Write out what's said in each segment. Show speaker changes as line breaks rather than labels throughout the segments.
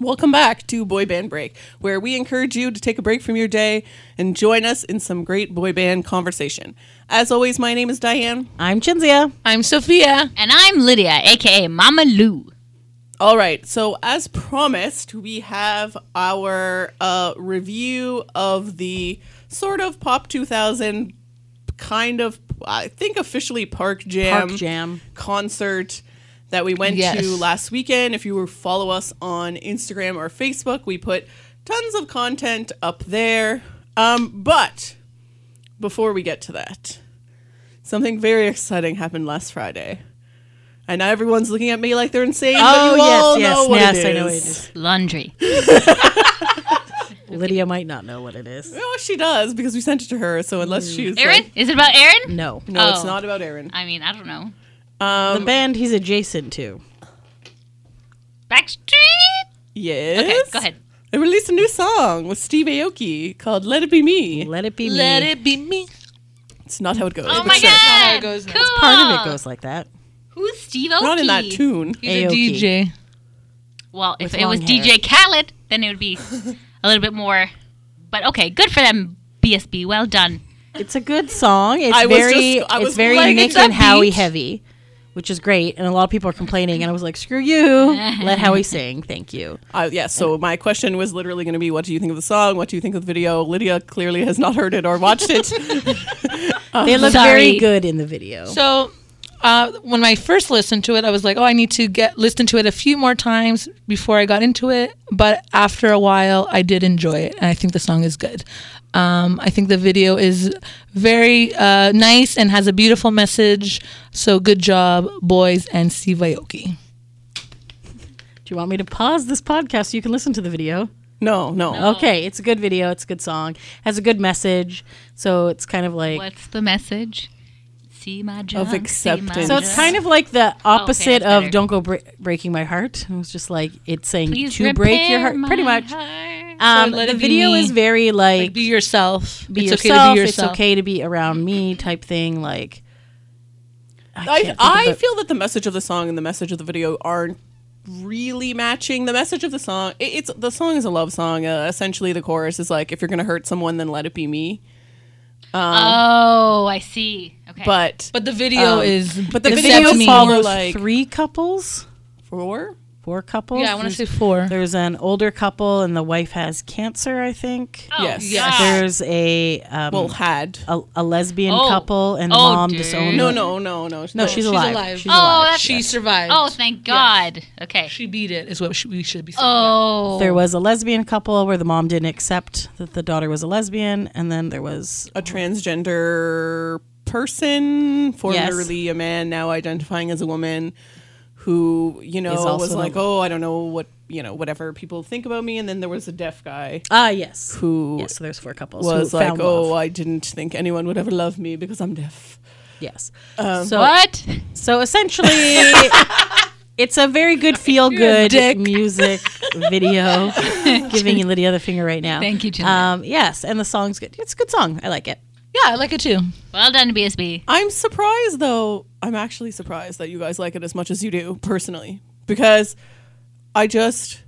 Welcome back to Boy Band Break, where we encourage you to take a break from your day and join us in some great boy band conversation. As always, my name is Diane.
I'm Chinzia.
I'm Sophia.
And I'm Lydia, aka Mama Lou.
All right, so as promised, we have our uh, review of the sort of Pop 2000 kind of, I think officially Park Jam,
Park Jam.
concert that we went
Yes.
to last weekend. If you were follow us on Instagram or Facebook, we put tons of content up there. Um, but before we get to that, something very exciting happened last Friday. And now everyone's looking at me like they're insane, but
Oh,
you
yes,
all
yes,
know what
yes,
it is.
I know what it is.
Laundry.
Lydia might not know what it is.
No, she does because we sent it to her. So unless
Mm.
she's
Aaron?
like-
Is it about Aaron?
No. Um,
no, it's
Oh. Uh,
not about Um, Aaron.
I mean, I don't know.
the band he's adjacent to.
Backstreet?
Yes.
Okay, go ahead.
They released a new song with Steve Aoki called "Let It Be Me."
Let it be
Let
me.
it be me.
It's not how it goes.
Oh my
sure. That's not how
god!
it goes now.
Cool.
Part of it goes like that.
Who's Steve
not in that
Aoki?
tune.
He's
Aoki.
a DJ.
Well, if
With
it was
long hair.
DJ Khaled, then it would be a little bit more. But okay, good for them, BSB. Well done.
It's a good song. It's
I was
very
just- I was
it's very
like,
Nick
it's
and
upbeat.
Howie heavy, which is great. And a lot of people are complaining. And I was like, screw you. Let Howie sing. Thank you.
Uh, yeah. So my question was literally going to be, what do you think of the song? What do you think of the video? Lydia clearly has not heard it or watched it.
They look
sorry.
very good in the video.
So, uh, when I first listened to it, I was like, "Oh, I need to get listen to it a few more times before I got into it." But after a while, I did enjoy it, and I think the song is good. Um, I think the video is very uh, nice and has a beautiful message. So, good job, boys and Steve Aoki.
Do you want me to pause this podcast so you can listen to the video?
no, no.
Oh.
Okay, it's a good video. It's a good song. Has a good message. So it's kind of like
What's the message? See my junk. see my
acceptance.
so it's kind of like the opposite
that's better.
of "Don't Go Bre- Breaking My Heart." It was just like it's saying
Please
to break your
repair
heart, pretty
my
much.
heart.
Um,
So let
the
it be
video
me.
is very like,
Be yourself.
be yourself.
it's okay to be
It's
yourself.
okay to be around me, type thing. Like, can't
I,
think
I
about-
feel that the message of the song and the message of the video aren't really matching the message of the song it, it's the song is a love song uh, essentially the chorus is like if you're gonna hurt someone then let it be me
Oh, I see. Okay.
but
But the video
Um,
is.
but the
the
video
video
me.
follows
follows
like
three couples,
four
four couples.
yeah, I want to
There's-
say four.
There's an older couple, and the wife has cancer, I think.
oh,
yes.
God.
There's a um,
well had
a, a lesbian
Oh.
couple, and the
Oh,
mom
dude.
disowned.
no
the-
no no no
no, she's, alive. She's
oh,
alive.
that's-
she survived.
Oh, thank God. Okay.
she beat it. Is what she, we should be saying.
Oh.
There was a lesbian couple where the mom didn't accept that the daughter was a lesbian, and then there was
a transgender person formerly a man now identifying as a woman who you
Is
know
also
was
an-
like oh i don't know what you know whatever people think about me and then there was a deaf guy
ah yes,
who
yes. So there's four couples
was
who
like,
found
oh,
love.
I didn't think anyone would ever love me because I'm deaf.
yes. so
What?
so essentially, it's a very good feel good music video. giving you Lydia the finger right now.
Thank you, Jim.
Um, yes, and the song's good. It's a good song. I like it.
Yeah, I like it too.
Well done, BSB.
I'm surprised, though. I'm actually surprised that you guys like it as much as you do, personally, because I just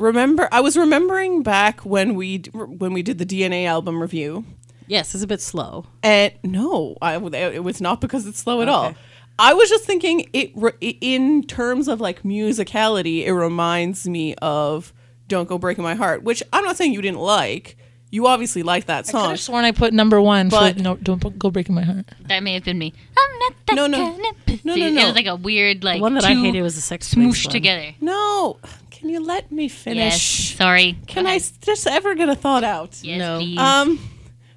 remember. I was remembering back when we d- when we did the DNA album review,
Yes, it's a bit slow.
and no, I it was not because it's slow at all. I was just thinking it re- in terms of like musicality. It reminds me of "Don't Go Breaking My Heart," which I'm not saying you didn't like. You obviously like that
I could
song.
have sworn I put number one
But-
for no, don't go breaking my heart.
That may have been me. I'm not that
No, no.
kind of pussy.
No, no,
It
no.
was like a weird, like
The one that I
two
hated was the sex
smooshed
one.
together.
No. Can you let me
Yes.
finish?
Sorry.
Can I s- just ever get a thought out?
Yes,
No. Uh,
please.
Um,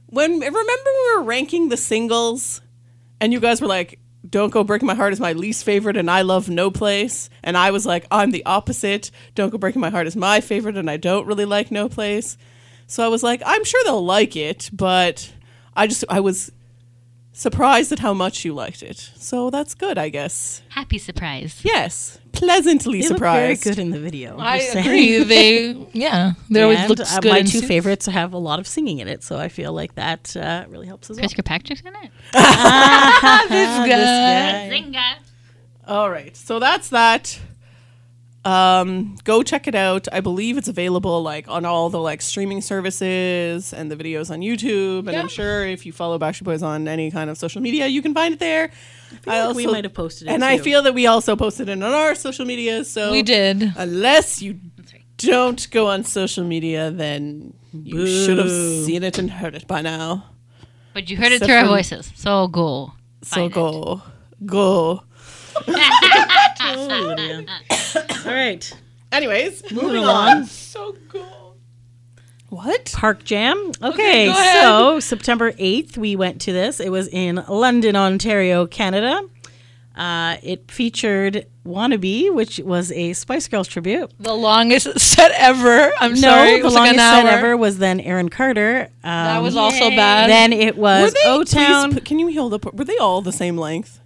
when remember when we were ranking the singles, and you guys were like, "Don't Go Breaking My Heart" is my least favorite, and I love No Place, and I was like, "I'm the opposite. Don't Go Breaking My Heart is my favorite, and I don't really like No Place." So I was like, "I'm sure they'll like it," but I just I was surprised at how much you liked it. So that's good, I guess.
Happy surprise.
Yes, pleasantly
They look very
surprised.
good in the video.
I
Just saying.
agree. They yeah, they always
And,
looked
uh,
good.
My
and
two
su-
favorites have a lot of singing in it, so I feel like that uh, really helps as well.
Christopher Patrick's in it.
Ah, this guy.
Zinga.
All right. So that's that. Um, go check it out. I believe it's available like on all the like streaming services and the videos on YouTube. And I'm sure if you follow Backstreet Boys on any kind of social media, you can find it there. I,
like we might have posted it,
and I
too.
feel that we also posted it on our social media. So
We did.
Unless you
right.
don't go on social media, then you should have seen it and heard it by now.
But you heard it
Except
through our
for-
voices. So go.
So
Find it.
go, go.
Oh, Lydia. All right.
Anyways, moving
along.
on. So cool. What?
Park Jam. Okay, so September 8th, we went to this. It was in London, Ontario, Canada. Uh, it featured Wannabe, which was a Spice Girls tribute.
The longest set ever. I'm
No,
sorry. it
the
was
longest
like an
set
hour.
ever was then Aaron Carter. Um,
That was also
Yay.
bad.
then it was O
please
Town.
put- can you hold up? Were they all the same length?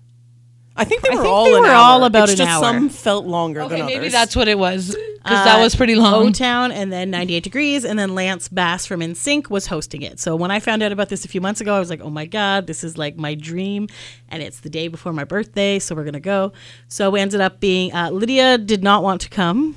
I think they
I
were
think
all.
they
an
were
hour.
all about
it's
an
just
hour.
Some felt longer
okay,
than
maybe
others.
that's what it was because that was pretty long.
O Town Uh, and then 98 Degrees, and then Lance Bass from NSYNC was hosting it. So when I found out about this a few months ago, I was like, oh my God, this is like my dream. And it's the day before my birthday, so we're going to go. So we ended up being, uh, Lydia did not want to come,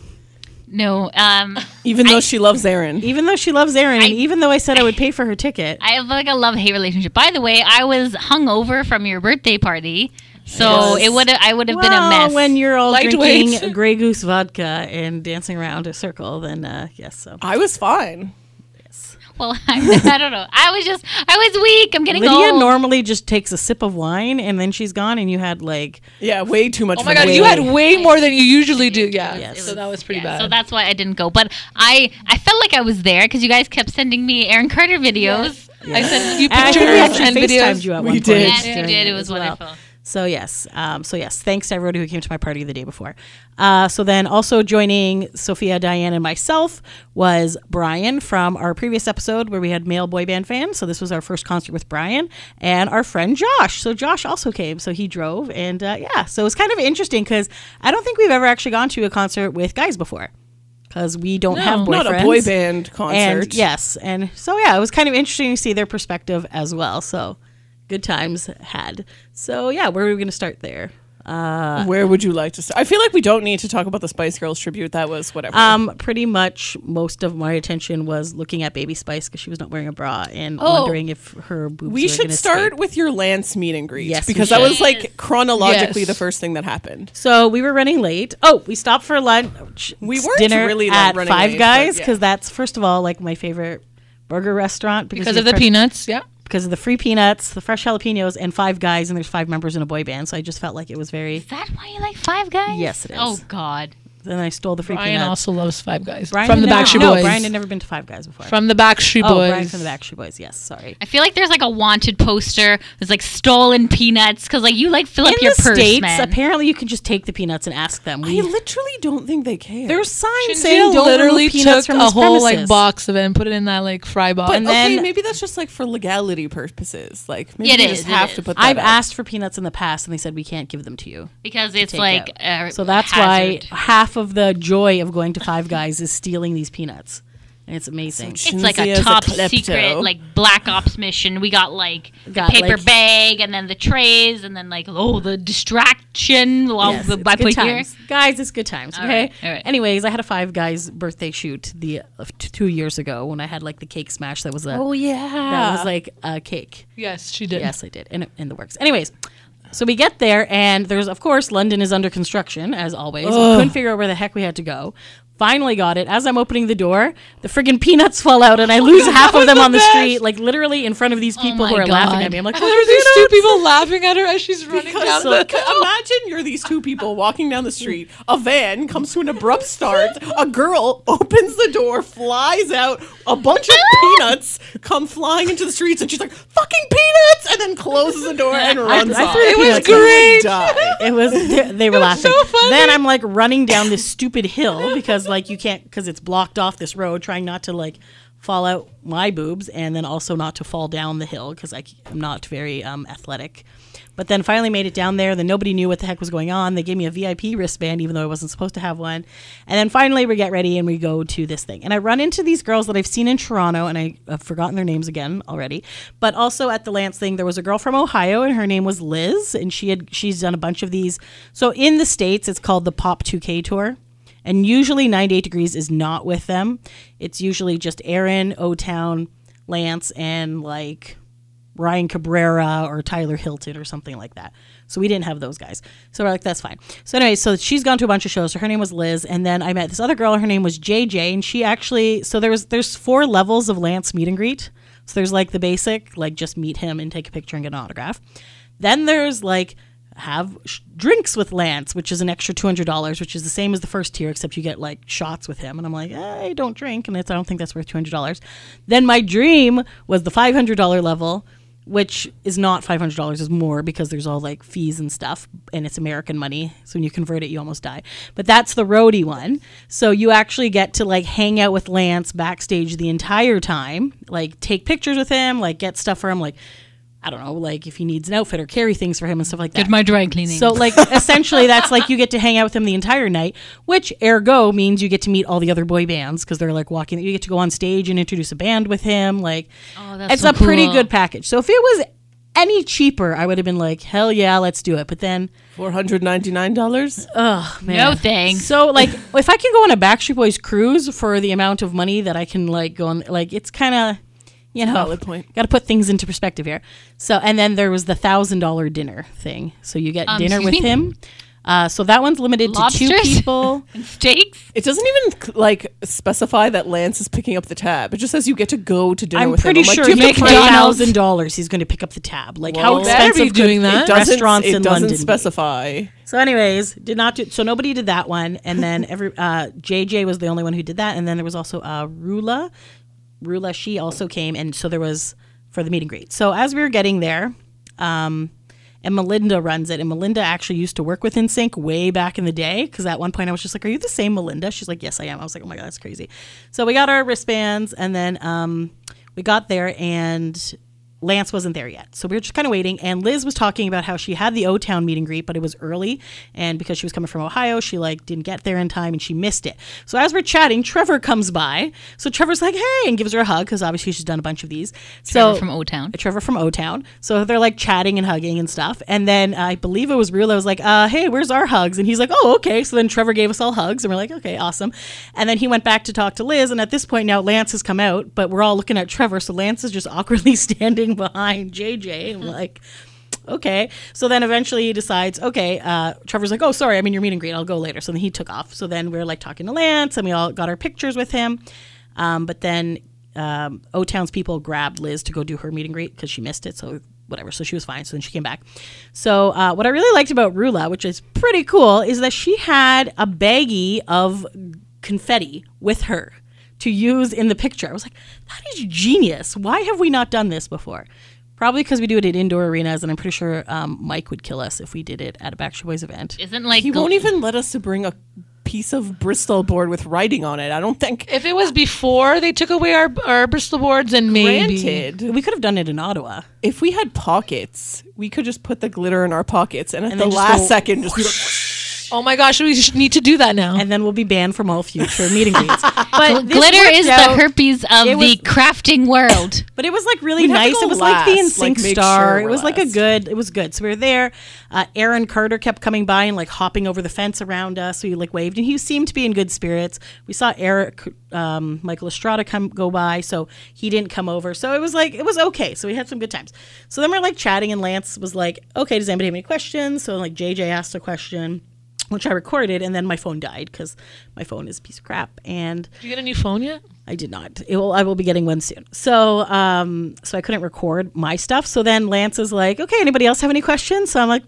No. Um,
even though she loves Aaron.
even though she loves Aaron,
I-
and even though I said I would pay for her ticket.
I have like a love hate relationship. By the way, I was hungover from your birthday party, so
Yes.
it would I would have been a
Well,
mess.
when you're all
Lightweight.
drinking Grey Goose vodka and dancing around a circle, then uh, yes. So
I was fine.
well, I, I don't know. I was just I was weak. I'm getting
Lydia
old.
normally just takes a sip of wine and then she's gone, and you had like
Yeah, way too much.
Oh my god, you had way more than you usually do. Yeah. So that was pretty
Yeah,
bad.
So that's why I didn't go. But I I felt like I was there because you guys kept sending me Aaron Carter videos.
I sent you
I
pictures
think we actually
and
FaceTimed
videos.
you at
We
one
did.
point.
Yes,
Yes,
during
you did. It was
as well.
wonderful.
So yes, um, so yes. Thanks to everybody who came to my party the day before. Uh, so then, also joining Sophia, Diane, and myself was Brian from our previous episode where we had male boy band fans. So this was our first concert with Brian and our friend Josh. So Josh also came. So he drove, and uh, yeah. So it's kind of interesting because I don't think we've ever actually gone to a concert with guys before because we don't have boyfriends.
Not a boy band concert.
And yes, and so yeah, it was kind of interesting to see their perspective as well. So good times had. So yeah, where are we going to start there? Uh,
Where would you like to start? I feel like we don't need to talk about the Spice Girls tribute. That was whatever.
Um, pretty much most of my attention was looking at Baby Spice because she was not wearing a bra and
Oh.
wondering if her boobs.
we
were
should
gonna
start
escape.
with your Lance meet and greet
Yes, we
because that
should.
was like chronologically
Yes.
the first thing that happened.
So we were running late. Oh, we stopped for lunch.
We weren't
dinner
really late
at
running
Five
late, but
Guys
yeah.
because that's first of all like my favorite burger restaurant
Because
we
of the
fresh-
peanuts. Yeah.
because of the free peanuts, the fresh jalapenos, and Five Guys, and there's five members in a boy band. So I just felt like it was very
Is that why you like Five Guys?
Yes, it is.
Oh God.
Then I stole the free
Brian
peanuts.
also loves Five Guys.
Brian
from the
had never-
Backstreet
no,
Boys.
Brian had never been to Five Guys before.
from the Backstreet
oh,
Boys.
Brian from the Backstreet Boys. Yes, sorry.
I feel like there's like a wanted poster. It's like stolen peanuts because like you like fill up
In
your
the
purse,
states,
man.
apparently you can just take the peanuts and ask them.
I
We,
literally don't think they care.
there's signs saying
Chinchilla
don't
literally
remove peanuts
took
from
a
this
whole like
premises.
box of it and put it in that like fry box.
But
And
okay,
then-
maybe that's just like for legality purposes. Like maybe
It
you
is,
just
it
have
is.
to put. That
I've
up.
asked for peanuts in the past, and they said we can't give them to you.
because it's
Take
like
out.
a
so that's
hazard.
why half of the joy of going to Five Guys is stealing these peanuts, and it's amazing.
it's like
Shinzia
a
is a
top
klepto.
secret like black ops mission we got like
Got,
the paper
like-
bag and then the trays and then like oh the distraction while
Yes,
the
it's
by
good
put here
times. Guys, it's good times.
All
okay.
right, all right.
Anyways, I had a Five Guys birthday shoot the uh, t- two years ago when I had like the cake smash that was a
Oh,
yeah,
that was like a cake.
yes, she did.
Yes, I did. In, in the works. Anyways, so we get there, and there's, of course, London is under construction, as always. We couldn't figure out where the heck we had to go. Finally got it. As I'm opening the door, the friggin' peanuts fall out, and I
Oh
lose half of them on the street, like literally in front of these people who
my
are laughing
God.
at me. I'm like,
There were these two people laughing at her as she's running down the.
imagine you're these two people walking down the street. A van comes to an abrupt start. A girl opens the door, flies out. A bunch of peanuts come flying into the streets, and she's like, "Fucking peanuts!" and then closes the door and runs
I
off.
threw the It was peanuts
great.
Die.
It was they, they were laughing.
so funny.
Then I'm like running down this stupid hill because like you can't because it's blocked off this road, trying not to like fall out my boobs and then also not to fall down the hill because I'm not very um, athletic. But then finally made it down there. Then nobody knew what the heck was going on. They gave me a VIP wristband even though I wasn't supposed to have one. And then finally we get ready and we go to this thing. And I run into these girls that I've seen in Toronto and I have forgotten their names again already. But also at the Lance thing there was a girl from Ohio and her name was Liz and she had she's done a bunch of these. So in the states it's called the Pop 2K tour And usually 98 Degrees is not with them. It's usually just Aaron, O Town, Lance, and like Ryan Cabrera or Tyler Hilton or something like that. So we didn't have those guys. So we're like, that's fine. So anyway, so she's gone to a bunch of shows. So her name was Liz, and then I met this other girl. Her name was JJ, and she actually so there was there's four levels of Lance meet and greet. So there's like the basic, like just meet him and take a picture and get an autograph. Then there's like have sh- drinks with Lance, which is an extra two hundred dollars, which is the same as the first tier, except you get like shots with him. And I'm like, I don't drink, and it's, I don't think that's worth two hundred dollars. Then my dream was the five hundred dollar level, which is not five hundred dollars, is more because there's all like fees and stuff, and it's American money. So when you convert it, you almost die. But that's the roadie one. So you actually get to like hang out with Lance backstage the entire time, like take pictures with him, like get stuff for him, like. I don't know, like if he needs an outfit or carry things for him and stuff like that.
Did my dry cleaning.
So like essentially that's like you get to hang out with him the entire night, which ergo means you get to meet all the other boy bands because they're like walking you get to go on stage and introduce a band with him like
Oh, that's
it's
so
a pretty
cool.
good package. So if it was any cheaper, I would have been like, "Hell yeah, let's do it." But then
Four hundred ninety nine dollars.
No thanks.
so like if I can go on a Backstreet Boys cruise for the amount of money that I can like go on like it's kind of you know
valid point.
Got to put things into perspective here. So and then there was the thousand dollar dinner thing. So you get
Um,
dinner with
excuse me?
him. Uh, so that one's limited to two
Lobsters?
people.
And steaks.
It doesn't even like specify that Lance is picking up the tab. It just says you get to go to dinner
I'm
with him.
pretty
I'm like,
sure
do you have
like
to
three
plan out?
thousand dollars he's going to pick up the tab. Like how
Whoa.
better
expensive
be
could-
doing that.
It doesn't,
restaurants
it
in
doesn't
London.
specify.
So, anyways, did not do. So nobody did that one, and then every uh, JJ was the only one who did that, and then there was also uh, Rula. Rula, she also came, and so there was for the meet and greet. So as we were getting there, um, and Melinda runs it, and Melinda actually used to work with NSYNC way back in the day, because at one point I was just like, "Are you the same Melinda?" She's like, "Yes, I am." I was like, "Oh my god, that's crazy." So we got our wristbands, and then um, we got there, and Lance wasn't there yet. So we were just kind of waiting. And Liz was talking about how she had the O Town meet and greet, but it was early. And because she was coming from Ohio, she like didn't get there in time and she missed it. So as we're chatting, Trevor comes by. So Trevor's like, hey, and gives her a hug because obviously she's done a bunch of these. so
Trevor from O Town.
Trevor from O Town. So they're like chatting and hugging and stuff. And then uh, I believe it was Rulo was like, uh, hey, where's our hugs? And he's like, oh, okay. So then Trevor gave us all hugs and we're like, okay, awesome. And then he went back to talk to Liz. And at this point now, Lance has come out, but we're all looking at Trevor. So Lance is just awkwardly standing behind JJ. And we're like, okay. So then eventually he decides, okay, uh, Trevor's like, oh, sorry, I'm in your meet and greet. I'll go later. So then he took off. So then we are like talking to Lance and we all got our pictures with him. Um, but then um, O Town's people grabbed Liz to go do her meet and greet because she missed it. So whatever. So she was fine. So then she came back. So uh, what I really liked about Rula, which is pretty cool, is that she had a baggie of confetti with her to use in the picture. I was like, that is genius. Why have we not done this before? Probably because we do it at indoor arenas, and I'm pretty sure um, Mike would kill us if we did it at a Backstreet Boys event.
Isn't like
He
gl-
won't even let us to bring a piece of Bristol board with writing on it. I don't think.
if it was before they took away our, our Bristol boards, and maybe
Granted,
We could have done it in Ottawa.
if we had pockets, we could just put the glitter in our pockets, and at
And
the
then just
last
go-
second, just be like,
Oh my gosh, we sh- need to do that now.
And then we'll be banned from all future meet and greets. But this
glitter
worked
is
out-
the herpes of
It
the
was-
crafting world.
But it was like really
We'd have to
nice.
go
It was like the
last, like,
NSYNC
make
star.
sure
it
we're
was like a
last.
good. It was good. So we were there. Uh, Aaron Carter kept coming by and like hopping over the fence around us. We like waved, and he seemed to be in good spirits. We saw Eric um, Michael Estrada come go by, so he didn't come over. So it was like it was okay. So we had some good times. So then we're like chatting, and Lance was like, "Okay, does anybody have any questions?" So like JJ asked a question. Which I recorded, and then my phone died because my phone is a piece of crap. And
Did you get a new phone yet?
I did not. It will, I will be getting one soon. So, um, so I couldn't record my stuff. So then Lance is like, "Okay, anybody else have any questions?" So I'm like,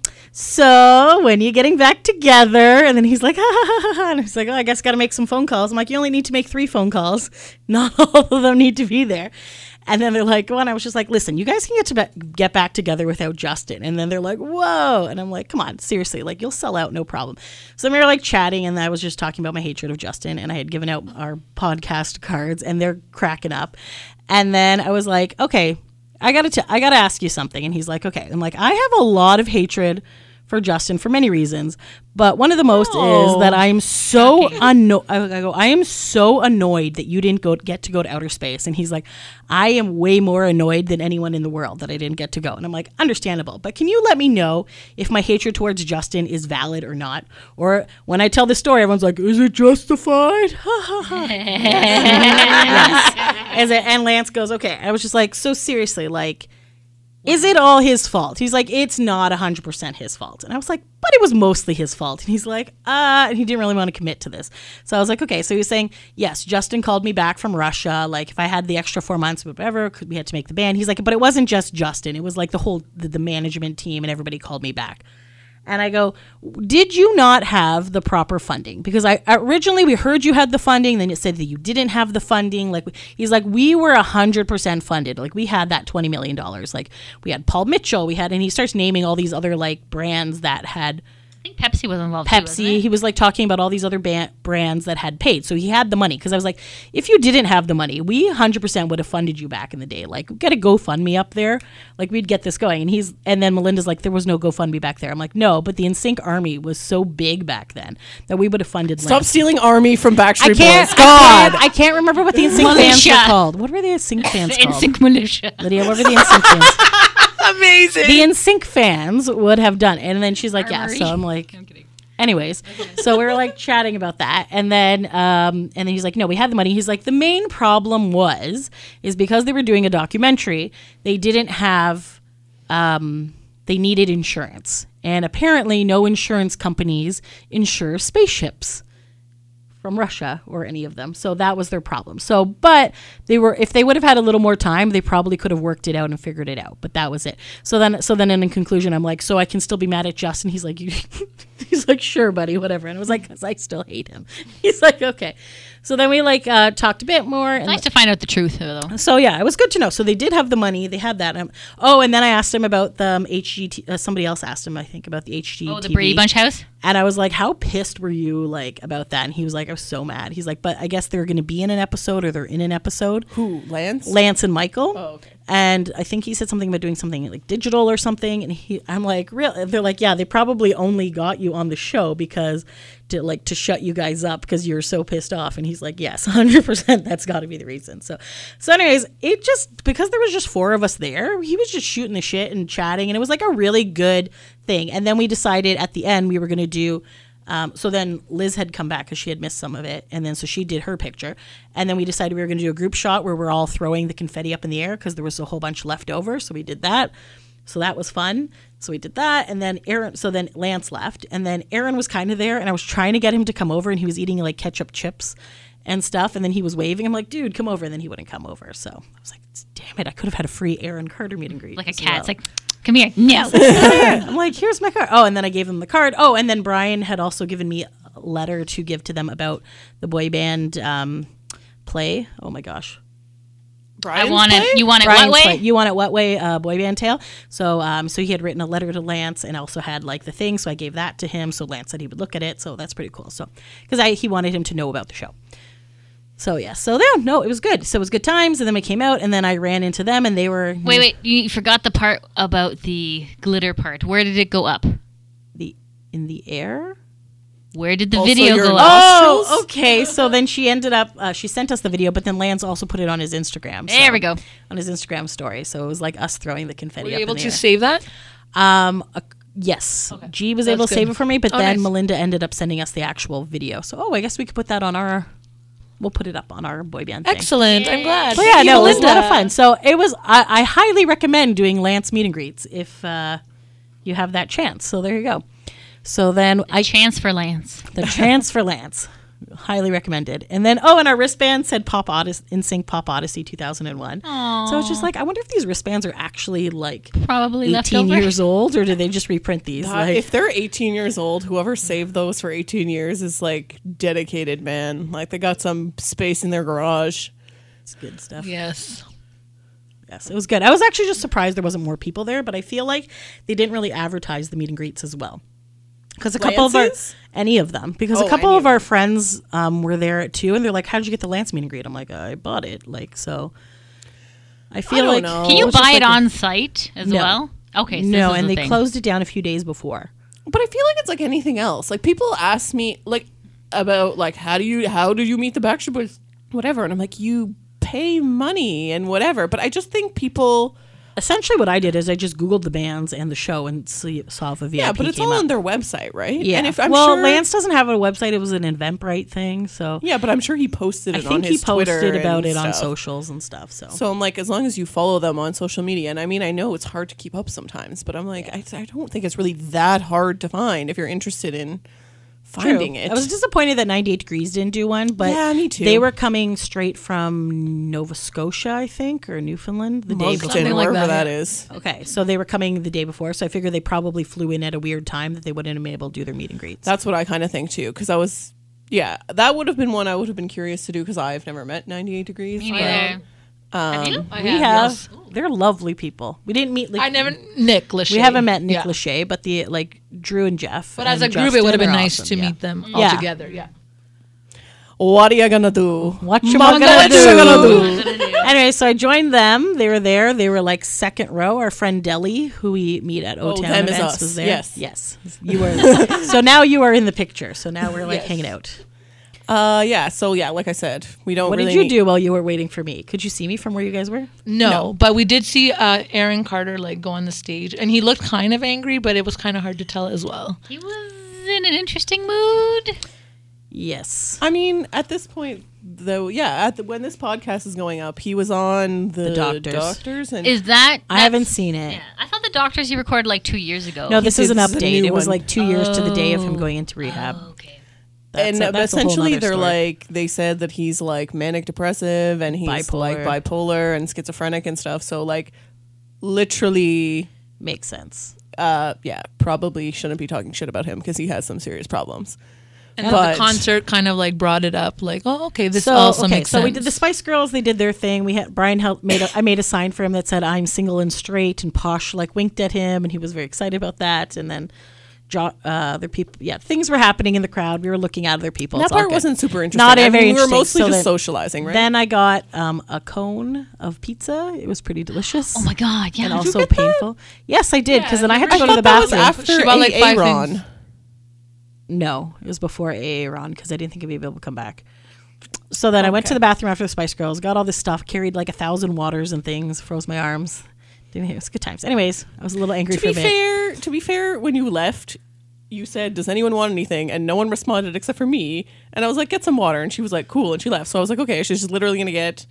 "So when are you getting back together?" And then he's like, "Ha ha ha ha!" ha. And he's like, "Oh, I guess got to make some phone calls." I'm like, "You only need to make three phone calls. Not all of them need to be there." And then they're like, "One." I was just like, "Listen, you guys can get to ba- get back together without Justin." And then they're like, "Whoa!" And I'm like, "Come on, seriously, like you'll sell out, no problem." So then we were like chatting, and I was just talking about my hatred of Justin, and I had given out our podcast cards, and they're cracking up. And then I was like, "Okay, I gotta, t- I gotta ask you something." And he's like, "Okay." I'm like, "I have a lot of hatred for Justin for many reasons, but one of the most
Oh.
is that I am so
Shocking.
annoyed. I go, I am so annoyed that you didn't go get to go to outer space. And he's like, I am way more annoyed than anyone in the world that I didn't get to go. And I'm like, understandable, but can you let me know if my hatred towards Justin is valid or not? Or when I tell this story, everyone's like, is it justified? Ha ha ha. As it, and Lance goes, okay. I was just like, so seriously, like, is it all his fault? He's like, it's not 100% his fault. And I was like, but it was mostly his fault. And he's like, uh, and he didn't really want to commit to this. So I was like, okay. So he was saying, yes, Justin called me back from Russia. Like, if I had the extra four months, whatever, could- we had to make the band. He's like, but it wasn't just Justin. It was like the whole, the, the management team and everybody called me back. And I go, did you not have the proper funding? Because I originally we heard you had the funding, then it said that you didn't have the funding. Like he's like, we were hundred percent funded. Like we had that twenty million dollars. Like we had Paul Mitchell. We had, and he starts naming all these other like brands that had
I think Pepsi was involved. too, wasn't
Pepsi.
it?
He was like talking about all these other ban- brands that had paid. So he had the money because I was like, if you didn't have the money, we 100% would have funded you back in the day. Like, we got a GoFundMe up there. Like, we'd get this going. And he's, and then Melinda's like, there was no GoFundMe back there. I'm like, no, but the NSYNC army was so big back then that we would have funded.
Stop
Lance.
stealing Army from
I
Backstreet
can't,
Boys.
I
God.
can't. I can't remember what the NSYNC fans were
Militia.
called. What were the NSYNC fans
The
called?
NSYNC militia.
Lydia, what were the NSYNC fans?
Amazing.
The NSYNC fans would have done. And then she's like, yeah.
Armory.
So I'm like,
I'm kidding.
Anyways, so we were like chatting about that, and then um, and then he's like, "No, we had the money." He's like, "The main problem was is because they were doing a documentary, they didn't have, um, they needed insurance, and apparently, no insurance companies insure spaceships." from Russia or any of them. So that was their problem. So, but they were if they would have had a little more time, they probably could have worked it out and figured it out. But that was it. So then, so then, in conclusion, I'm like, so I can still be mad at Justin. He's like, you, he's like, sure, buddy, whatever. And I was like, cause I still hate him. He's like, okay. So then we like uh, talked a bit more. And
Nice to find out the truth, though.
so yeah, it was good to know. So they did have the money. They had that. Um, oh, and then I asked him about the um, HGT. Uh, somebody else asked him, I think, about the HGTV.
Oh, the Brady Bunch house.
And I was like, "How pissed were you like about that?" And he was like, "I was so mad." He's like, "But I guess they're going to be in an episode, or they're in an episode."
Who, Lance?
Lance and Michael.
Oh, okay.
And I think he said something about doing something like digital or something. And he, I'm like, really? They're like, yeah, they probably only got you on the show because to like to shut you guys up because you're so pissed off. And he's like, yes, 100. percent That's got to be the reason. So, so anyways, it just because there was just four of us there, he was just shooting the shit and chatting, and it was like a really good thing. And then we decided at the end we were gonna do. Um, so then Liz had come back because she had missed some of it, and then so she did her picture, and then we decided we were going to do a group shot where we're all throwing the confetti up in the air because there was a whole bunch left over. So we did that. So that was fun. So we did that, and then Aaron. So then Lance left, and then Aaron was kind of there, and I was trying to get him to come over, and he was eating like ketchup chips and stuff, and then he was waving. I'm like, dude, come over, and then he wouldn't come over. So I was like, damn it, I could have had a free Aaron Carter meet and greet.
Like a
as
cat. It's
well.
like, come here. No.
I'm like, here's my card. Oh, and then I gave him the card. Oh, and then Brian had also given me a letter to give to them about the boy band um, play. Oh my gosh.
I
Brian's
want
play?
it. You want it what way?
Play. You want it what way? Uh, boy band tale. So, um, so he had written a letter to Lance, and also had like the thing. So I gave that to him. So Lance said he would look at it. So that's pretty cool. So, because I he wanted him to know about the show. So yeah. So yeah, no, it was good. So it was good times. And then we came out, and then I ran into them, and they were
Wait, wait. You you forgot the part about the glitter part. Where did it go up?
the in the air.
Where did the
Also
video
your
go
nostrils?
up?
Oh, okay. So then she ended up, uh, she sent us the video, but then Lance also put it on his Instagram. so-
There we go.
On his Instagram story. So it was like us throwing the confetti
Were
up
you able
in the
to
air.
save that?
Um, a- yes. G was
That's
able to save it
good.
for me, but
Oh,
then
nice.
Melinda ended up sending us the actual video. So, oh, I guess we could put that on our, we'll put it up on our boy band thing.
Excellent. I'm glad.
But yeah, no, it was a lot of fun. So it was, I, I highly recommend doing Lance meet and greets if uh, you have that chance. So there you go. So then I
Chance for Lance.
the chance for Lance. Highly recommended. And then, oh, and our wristband said Pop Odyssey, NSYNC Pop Odyssey 2001. So it's just like, I wonder if these wristbands are actually like
Probably left
18
over.
years old or do they just reprint these?
God,
like,
if they're 18 years old, whoever saved those for 18 years is like dedicated, man. Like they got some space in their garage.
it's good stuff.
Yes.
Yes, it was good. I was actually just surprised there wasn't more people there, but I feel like they didn't really advertise the meet and greets as well. Because a couple
Lance's?
of our any of them, because
Oh,
a couple
any
of
of
our friends um, were there at two, and they're like, "How did you get the Lance meet and greet?" I'm like, "I bought it." Like so, I feel
don't
like
know.
Can you
was just
buy it
like a-
on site as
No.
well? Okay. So
no,
this is
and
the
they
thing.
closed it down a few days before.
But I feel like it's like anything else. Like people ask me like about like how do you how do you meet the Backstreet Boys, whatever, and I'm like you pay money and whatever. But I just think people
Essentially, what I did is I just Googled the bands and the show and see, saw if a VIP
yeah, but it's
came
all
up.
on their website, right?
yeah.
And if I'm
well,
sure,
Lance doesn't have a website. It was an Eventbrite thing, so
Yeah, but I'm sure he posted
I
it on
think he
his Twitter.
posted about
and
it on
stuff.
socials and stuff. So,
So I'm like, as long as you follow them on social media, and I mean, I know it's hard to keep up sometimes, but I'm like, I, I don't think it's really that hard to find if you're interested in finding
True.
it.
I was disappointed that 98 Degrees didn't do one, but
Yeah, me too.
they were coming straight from Nova Scotia, I think, or Newfoundland the day
Moncton,
before.
Something like
wherever
that,
that is.
Okay, so they were coming the day before, so I figured they probably flew in at a weird time that they wouldn't have been able to do their meet and greets.
That's what I kind of think too, because I was, yeah, that would have been one I would have been curious to do because I've never met 98 Degrees.
Me
so-
neither. Have you?
I
we have, they're lovely people. We didn't meet. Like,
I never Nick Lachey.
We haven't met Nick
Yeah.
Lachey, but the like Drew and Jeff.
But as a
and
group,
Justin
it would have been
are
nice
awesome,
to
yeah.
meet them all
Yeah.
together. Yeah.
What are you gonna do?
What you
Mama,
gonna, gonna
what you
do?
gonna do?
anyway, so I joined them. They were there. They were like second row. Our friend Deli, who we meet at O
Oh,
Town
them is
events,
us.
was there.
Yes.
yes, you were. so now you are in the picture. So now we're like hanging out.
Uh, yeah. So yeah, like I said, we don't.
What
really
did you
need-
do while you were waiting for me? Could you see me from where you guys were?
No, but we did see uh, Aaron Carter like go on the stage, and he looked kind of angry, but it was kind of hard to tell as well.
He was in an interesting mood.
Yes.
I mean, at this point, though, yeah, at the, when this podcast is going up, he was on the,
Doctors.
doctors and
Is that?
I haven't seen it.
Yeah, I thought the doctors he recorded like two years ago.
No, this
did-
is an
this is a
update.
new
It was
one.
like two years to the day of
Oh.
him going into rehab.
okay.
That's
and
a-
uh,
that's a whole
essentially
nother
they're
story.
like they said that he's like manic depressive and he's like
Bipolar.
bipolar and schizophrenic and stuff so like literally
makes sense.
uh yeah probably shouldn't be talking shit about him because he has some serious problems
And then
But-
the concert kind of like brought it up, like, oh, okay, this
so
also
okay,
makes
so
sense.
we did the Spice Girls. They did their thing. We had Brian helped made. A, I made a sign for him that said "I'm single and straight," and Posh like winked at him, and he was very excited about that. And then, jo- uh, other people, yeah, things were happening in the crowd. We were looking at other people.
that
It's all
part
good.
wasn't super interesting
Not
I
a
mean,
very
we were
interesting.
mostly
So
just
then-
socializing right
Then I got um, a cone of pizza. It was pretty delicious.
Oh my god!
And
Yeah. did you
also
get that?
painful. Yes, I did because then I had to
I
go to
thought
the
that was
bathroom.
after
She bought, like, five
Aaron.
things.
No, it was before AA Ron because I didn't think I'd be able to come back. So then I went to the bathroom after the Spice Girls, got all this stuff, carried like a thousand waters and things, froze my arms. Didn't it was good times. Anyways, I was a little angry
to
for
be
a bit.
fair to be fair when you left you said does anyone want anything and no one responded except for me and i was like get some water and she was like cool and she left so i was like okay she's just literally gonna get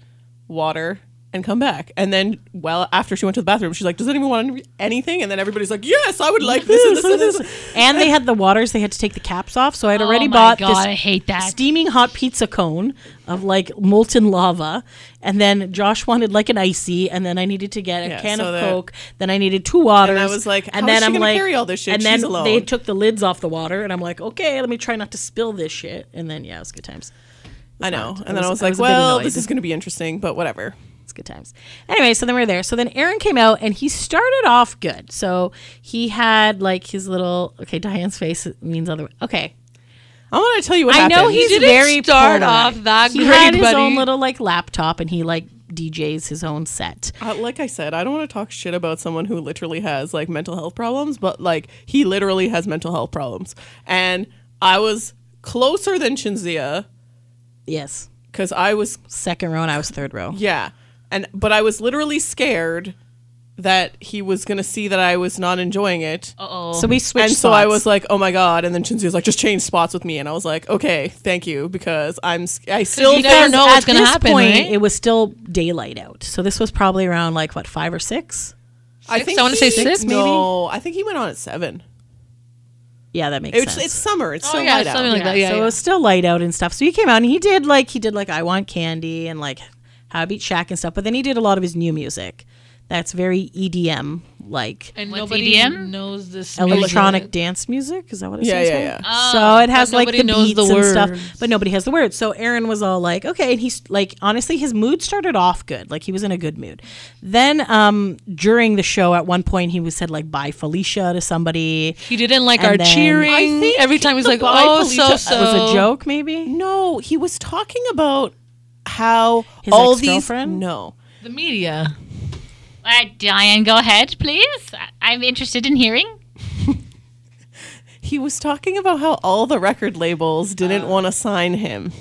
water and come back and then well after she went to the bathroom she's like does anyone want any- anything and then everybody's like yes i would like this and this and this
And they had the waters; they had to take the caps off. So I'd already
oh my
bought
god, I
this
hate that.
steaming hot pizza cone of like molten lava, and then Josh wanted like an icy, and then I needed to get a
Yeah,
can
so
of
that-
coke. Then I needed two waters.
was like, how is she gonna carry all this shit?
And
She's
then
alone.
they took the lids off the water, and I'm like, okay, let me try not to spill this shit. And then yeah, it was good times.
i know
not.
and then
I
i was
was- I
like
was a bit
well
annoyed.
this is gonna be interesting but whatever
It's good times. Anyway, so then we were there. So then Aaron came out and he started off good. So he had like his little okay. Diane's face means other. Okay,
i want to tell you what
I
happened
know he's
didn't
very
start
polarized.
off that
he
great,
had his
buddy.
own little like laptop and he like DJs his own set.
Uh, like I said, I don't want to talk shit about someone who literally has like mental health problems, but like he literally has mental health problems. And I was closer than Shinzia
Yes,
because I was,
second row and I was third row.
yeah. And, but I was literally scared that he was going to see that I was not enjoying it.
Oh.
Uh-oh.
So we switched.
and so I
spots.
was like, oh my God. And then Shinzia was like, just change spots with me. And I was like, okay, thank you because I'm, sc- I still,
you never
Because
know what's
at
gonna
this
happen,
point,
right?
It was still daylight out, so this was probably around like what five or six.
I
Six? I wanna say
he-
six, maybe?
No, I think he went on at seven.
Yeah, that makes
It's,
sense.
it's summer. It's
Oh,
still
yeah,
light out.
something like that. Yeah,
so
yeah.
it was still light out and stuff. So he came out and he did like he did like I want candy and like how I beat Shaq and stuff. But then he did a lot of his new music. That's very E EDM like
and
What's
nobody
EDM?
knows this
E electronic
music.
dance music. Is that what it
Yeah,
stands
yeah,
for?
yeah.
So it has
Oh, but
like
nobody
the
knows
beats
the
and stuff,
words.
but nobody has the words. So Aaron was all like, okay, and he's like, honestly, his mood started off good. Like he was in a good mood. Then um, during the show, at one point, he was said like, "Bye, Felicia" to somebody.
He didn't like
And
our
then-
I
cheering.
think
Every time he's
the
like,
Bye
oh, so
Felicia-
so.
It uh, was a joke, maybe.
No, he was talking about how
His
all these
ex-girlfriend?
no.
The media.
Uh, Diane, go ahead, please. I- I'm interested in hearing.
he was talking about how all the record labels didn't
Uh.
want to sign him.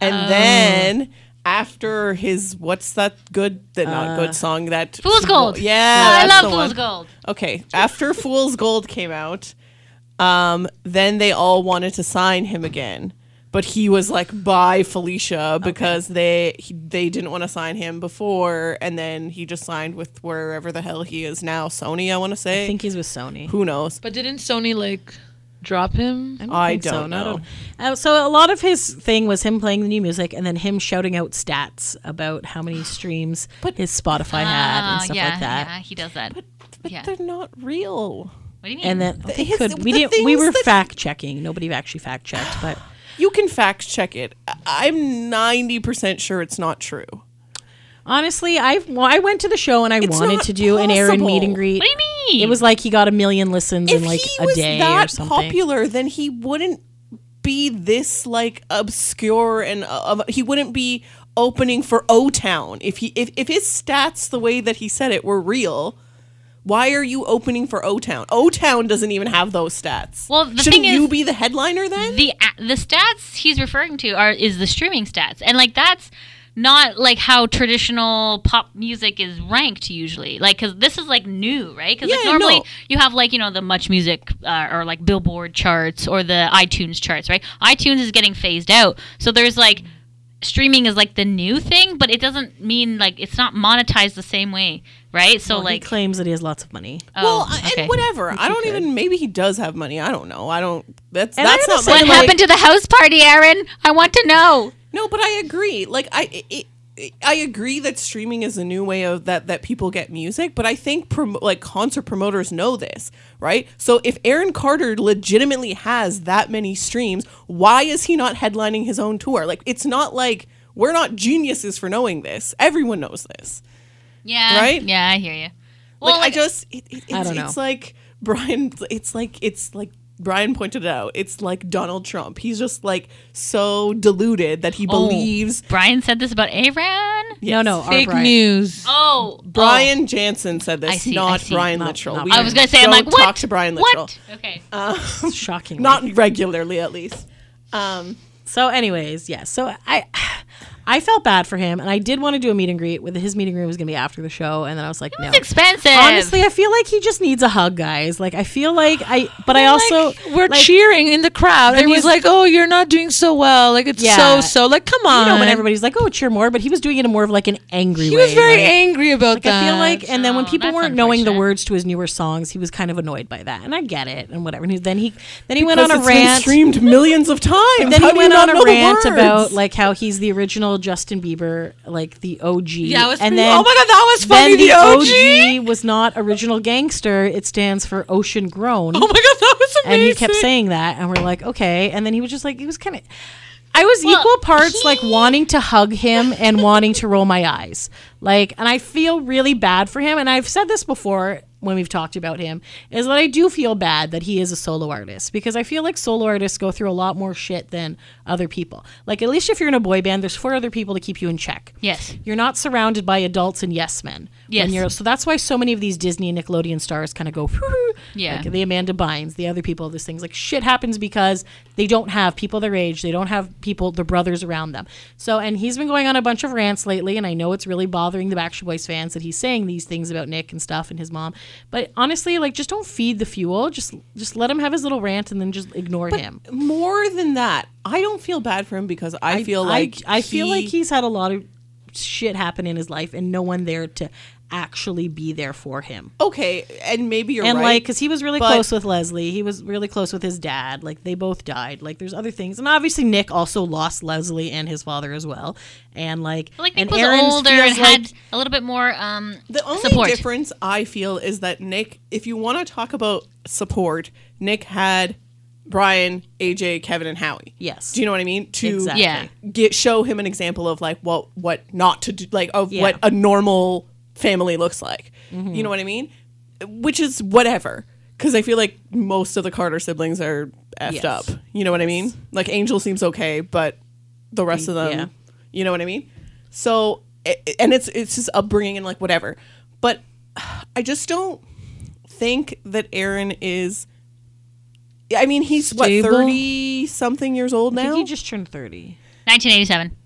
And
Oh.
then after his what's that good that not good song that
Uh. Fool's Gold.
Yeah,
I
that's
love
the
Fool's
one.
Gold.
Okay, after Fool's Gold came out, um, then they all wanted to sign him again, but he was like, "Bye, Felicia," because they he, they didn't want to sign him before, and then he just signed with wherever the hell he is now, Sony, I want to say.
I think he's with Sony.
Who knows?
But didn't Sony like drop him?
I
think
don't
not at
know.
all. Uh, so a lot of his thing was him playing the new music and then him shouting out stats about how many streams his Spotify
Ah,
had and
Oh,
stuff
yeah,
like that.
yeah, he does that.
But
Yeah.
they're not real.
what do you mean?
And then they
his-
could, we
the
didn't. We
things
were
that-
fact checking. Nobody actually fact checked, but
You can fact check it. I- I'm 90% sure it's not true.
honestly, I well, I went to the show and I wanted
not
to do an Aaron meet
possible.
and greet.
what do you mean?
It was like he got a million listens in like
he
a
was
day
that
or something.
popular, then he wouldn't be this like obscure and uh, he wouldn't be opening for O Town. If he if, if his stats the way that he said it were real, why are you opening for O Town? O Town doesn't even have those stats.
Well, the
shouldn't
thing
you
is-
be the headliner then?
the the stats he's referring to are is the streaming stats and like that's not like how traditional pop music is ranked usually like because this is like new right because like,
Yeah,
normally
no.
you have like you know the much music uh, or like billboard charts or the itunes charts right itunes is getting phased out so there's like streaming is like the new thing but it doesn't mean like it's not monetized the same way right so
Well, he
like
claims that he has lots of money.
oh,
well, I-
okay.
and whatever. I don't even. Maybe he does have money. I don't know. I don't. That's
And I
that's
gotta
not
say,
my.
what
like-
happened to the house party aaron i want to know
No, but I agree. Like I, i i I agree that streaming is a new way of that that people get music. But I think prom- like concert promoters know this, right? So if Aaron Carter legitimately has that many streams, why is he not headlining his own tour? Like it's not like we're not geniuses for knowing this. Everyone knows this.
yeah
Right?
yeah i hear you
Like,
well
I just, it, it, it's,
don't know.
it's like Brian. It's like it's like Brian pointed it out. It's like Donald Trump. He's just like so deluded that he believes.
Brian said this about Aaron.
Yes.
No, no,
Fake
Brian.
news.
Oh,
Brian Jansen said
I
this,
see, I
not
see.
Brian
Not-
Littrell.
not
We
Brian.
I was gonna say, I'm
don't
like, what?
Talk to Brian Littrell. Um,
What? Okay.
Shocking.
Not regularly, at least.
So, anyways, yes. so I, I felt bad for him, and I did want to do a meet and greet. With his meet and greet was gonna be after the show, and then I was like, no.
It's expensive.
Honestly, I feel like he just needs a hug, guys. Like I feel like I, but I also
Like, we're
like,
cheering in the crowd, and he's
was-
like, "Oh, you're not doing so well. Like it's
Yeah.
so so. Like come
You
on."
know, when everybody's like, "Oh, cheer more," but he was doing it in more of like an angry.
he was
way,
very
like-
angry about
Like,
that.
I feel like, and then when
Oh,
people
that's
weren't knowing the
unfortunate.
words to his newer songs, he was kind of annoyed by that, and I get it, and whatever. And he- then he, then he went on
Because
a
it's been
rant.
streamed millions of times.
Then
How do
he
you
went
not
on a
know the
rant
words?
about like how he's the original Justin Bieber, like the OG.
yeah, it was
and
pretty-
then
oh my god, that was funny.
then the
The, OG.
OG was not original gangster. It stands for Ocean Grown.
Oh my god, that was amazing.
and he kept saying that, and we're like, okay. And then he was just like, he was kind of. I was
Well,
equal parts like
he-
wanting to hug him and wanting to roll my eyes. Like, and I feel really bad for him. And I've said this before when we've talked about him is that I do feel bad that he is a solo artist because I feel like solo artists go through a lot more shit than other people. Like, at least if you're in a boy band, there's four other people to keep you in check.
Yes.
You're not surrounded by adults and yes men.
Yes.
When you're, so that's why so many of these Disney and Nickelodeon stars kind of go,
Yeah.
like, the Amanda Bynes, the other people, these things like shit happens because they don't have people their age, they don't have people, their brothers around them. So, and he's been going on a bunch of rants lately, and I know it's really bothering the Backstreet Boys fans that he's saying these things about Nick and stuff and his mom. But honestly, like, just don't feed the fuel. Just, just let him have his little rant and then just ignore him.
more than that. I don't feel bad for him because I, feel
I-
like
I, feel like
he-
he's had a lot of shit happen in his life, and no one there to actually be there for him.
okay, and maybe you're
and
right.
like because he was really
but-
close with leslie he was really close with his dad like they both died like there's other things and obviously nick also lost leslie and his father as well and like
like Nick
and
was
Aaron's
older
feels
and had
like-
a little bit more um
The only
support.
difference I feel is that Nick, if you want to talk about support, Nick had Brian, AJ, Kevin, and Howie.
Yes.
Do you know what I mean? To
Exactly.
yeah.
get show him an example of like what what not to do, like of
Yeah. Mm-hmm.
what a normal family looks like. You know what I mean? Which is whatever, because I feel like most of the Carter siblings are effed
Yes.
up. You know what I mean? Like Angel seems okay, but the rest of them,
Yeah.
you know what I mean? So, a- and it's it's his upbringing and like whatever, but I just don't think that Aaron is I mean, he's what
Stable?
thirty something years old
I
now.
think he just turned 30.
1987.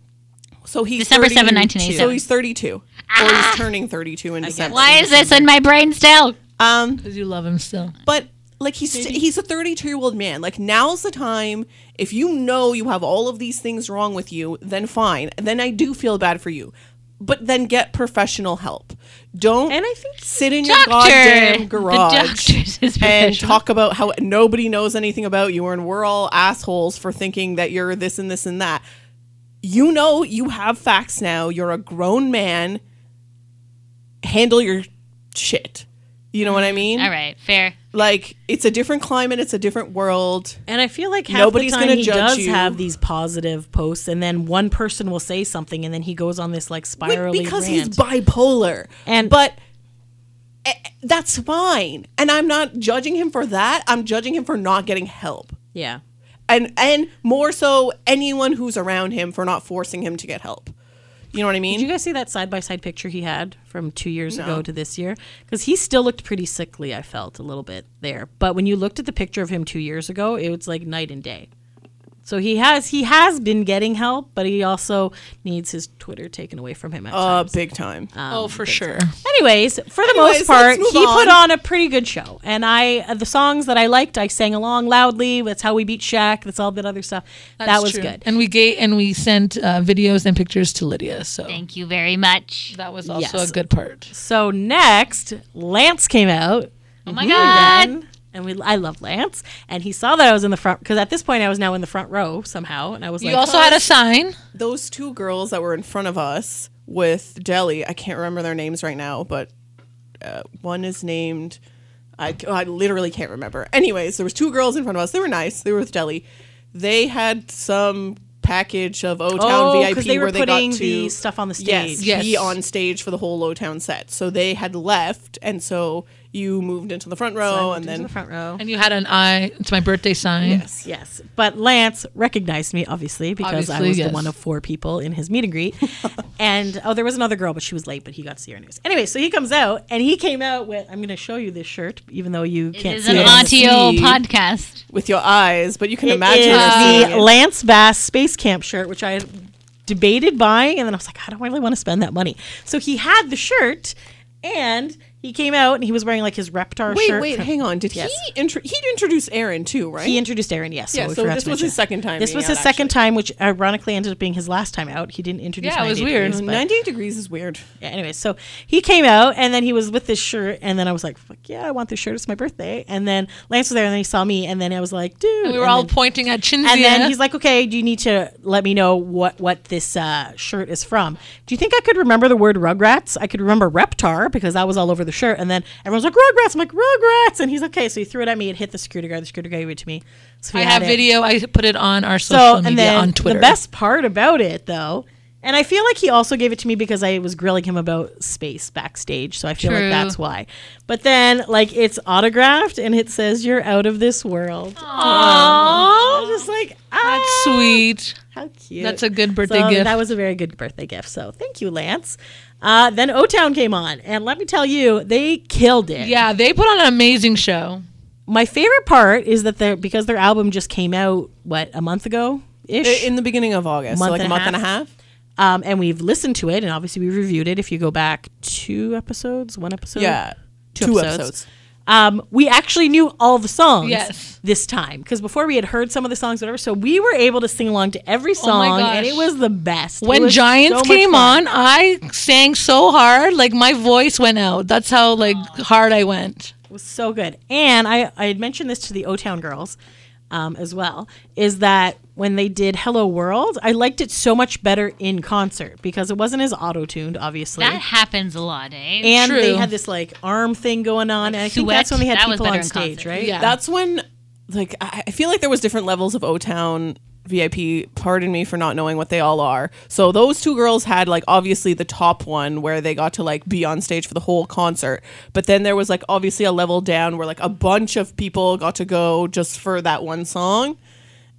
so he's
December 7,
32. So
1987.
he's thirty-two, or he's turning thirty-two in December.
Why is this in my brain still?
Um,
Because you love him still.
but like he's he's a 32 year old man like now's the time if you know you have all of these things wrong with you then fine then i do feel bad for you but then get professional help don't
And I think-
sit in
Doctor!
your
The
goddamn garage
doctor's his
and
professional.
talk about how nobody knows anything about you and we're all assholes for thinking that you're this and this and that you know you have facts now you're a grown man handle your shit you know what i mean
All right, fair.
like it's a different climate, it's a different world.
And I feel like half
Nobody's
the
gonna
time he
judge
does
you.
have these positive posts, and then one person will say something, and then he goes on this like
But
spirally
because
rant.
he's bipolar,
And-
but eh, that's fine. And I'm not judging him for that. I'm judging him for not getting help,
Yeah.
and and more so anyone who's around him for not forcing him to get help. You know what I mean?
Did you guys see that side by side picture he had from two years ago to this year? Because he still looked pretty sickly. I felt a little bit there, but when you looked at the picture of him two years ago, it was like night and day. So he has he has been getting help, but he also needs his Twitter taken away from him. At
uh,
times.
big time.
oh, for sure.
Anyways, for the
Anyways,
most part,
let's move
he
on.
put on a pretty good show, and I uh, the songs that I liked, I sang along loudly. That's how we beat Shaq. That's all that other stuff. that
That's
was
true.
good.
And we gave and we sent uh, videos and pictures to Lydia. So
Thank you very much.
that was also
Yes.
a good part.
So next, Lance came out.
Oh my god.
again, And we, I love Lance, and he saw that I was in the front because at this point I was now in the front row somehow, and I was like,
you also had a sign.
Those two girls that were in front of us with Jelly, I can't remember their names right now, but uh, one is named. I, I literally can't remember. Anyways, there was two girls in front of us. They were nice. They were with Deli. They had some package of O Town
Oh, 'cause
VIP
they were
where they got
putting
to
the stuff on the
Yes,
stage.
be
Yes.
on stage for the whole O Town set. So they had left, and so you moved into the front row, Oh, and
in
then
the front row.
And you had an eye. It's my birthday sign.
yes,
Yes, but Lance recognized me obviously because I
Obviously,
was the
yes.
one of four people in his meet and greet. and oh, there was another girl, but she was late, but he got to see her anyways. Anyway, so he comes out and he came out with I'm going to show you this shirt, even though you
It
can't
is
see
an
it.
audio
See.
podcast.
with your eyes. But you can
It
imagine
is
her seeing
the
it.
Lance Bass Space Camp shirt, which I had debated buying, and then I was like, I don't really want to spend that money. So he had the shirt, and he came out and he was wearing like his Reptar
Wait,
shirt.
wait,
from-
hang on. Did
Yes.
he intro- he introduced Aaron too, right?
He introduced Aaron, yes.
yeah,
we
so
forgot
this
to
was
mention
his
that.
second time.
This
being
was
out,
his second
actually.
time, which ironically ended up being his last time out. He didn't introduce.
Yeah, it was
98
weird.
Degrees, but-
98 degrees is weird.
yeah, anyway, so he came out and then he was with this shirt, and then I was like, "Fuck yeah, I want this shirt. It's my birthday." And then Lance was there, and then he saw me, and then I was like, "Dude,"
And we were
and
all
then-
pointing at Chinzia.
and then he's like, "Okay, do you need to let me know what what this uh, shirt is from? Do you think I could remember the word Rugrats? I could remember Reptar because that was all over the shirt." And then everyone's like, "Rugrats!" I'm like, "Rugrats!" And he's okay. So he threw it at me. It hit the security guard. The security guard gave it to me. So
I
we
have
had it.
video. I put it on our
So
social media
and then
on Twitter.
the best part about it though. And I feel like he also gave it to me because I was grilling him about space backstage. So I feel
True.
like that's why. But then, like, it's autographed and it says, You're out of this world. Aww. Just like, ah.
That's sweet.
How cute.
That's a good birthday
So
gift.
That was a very good birthday gift. So thank you, Lance. Uh, then O Town came on, and let me tell you, they killed it.
Yeah, they put on an amazing show.
My favorite part is that they're because their album just came out what a month ago ish,
Uh,
In the beginning of August, so
Month
like a
and a
month
half.
and a half.
um, and we've listened to it, and obviously we reviewed it. If you go back two episodes, one episode,
Yeah.
two, episodes. Um, we actually knew all the songs
Yes.
this time because before we had heard some of the songs, whatever. So we were able to sing along to every
Oh my
song, and
gosh.
it was the best. It
When
was
Giants
so much
came
fun.
on, I sang so hard, like my voice went out. That's how like hard I went.
was so good. And I, I had mentioned this to the O Town girls um, as well is that when they did Hello World, I liked it so much better in concert because it wasn't as auto tuned, obviously.
That happens a lot, eh?
and they
True.
had this like arm thing going on. and I think
sweat,
that's when they had
that was
people
better
on
in
stage,
concert.
right?
Yeah.
That's when, like, I I feel like there was different levels of O Town VIP. Pardon me for not knowing what they all are. So those two girls had like obviously the top one where they got to like be on stage for the whole concert, but then there was like obviously a level down where like a bunch of people got to go just for that one song,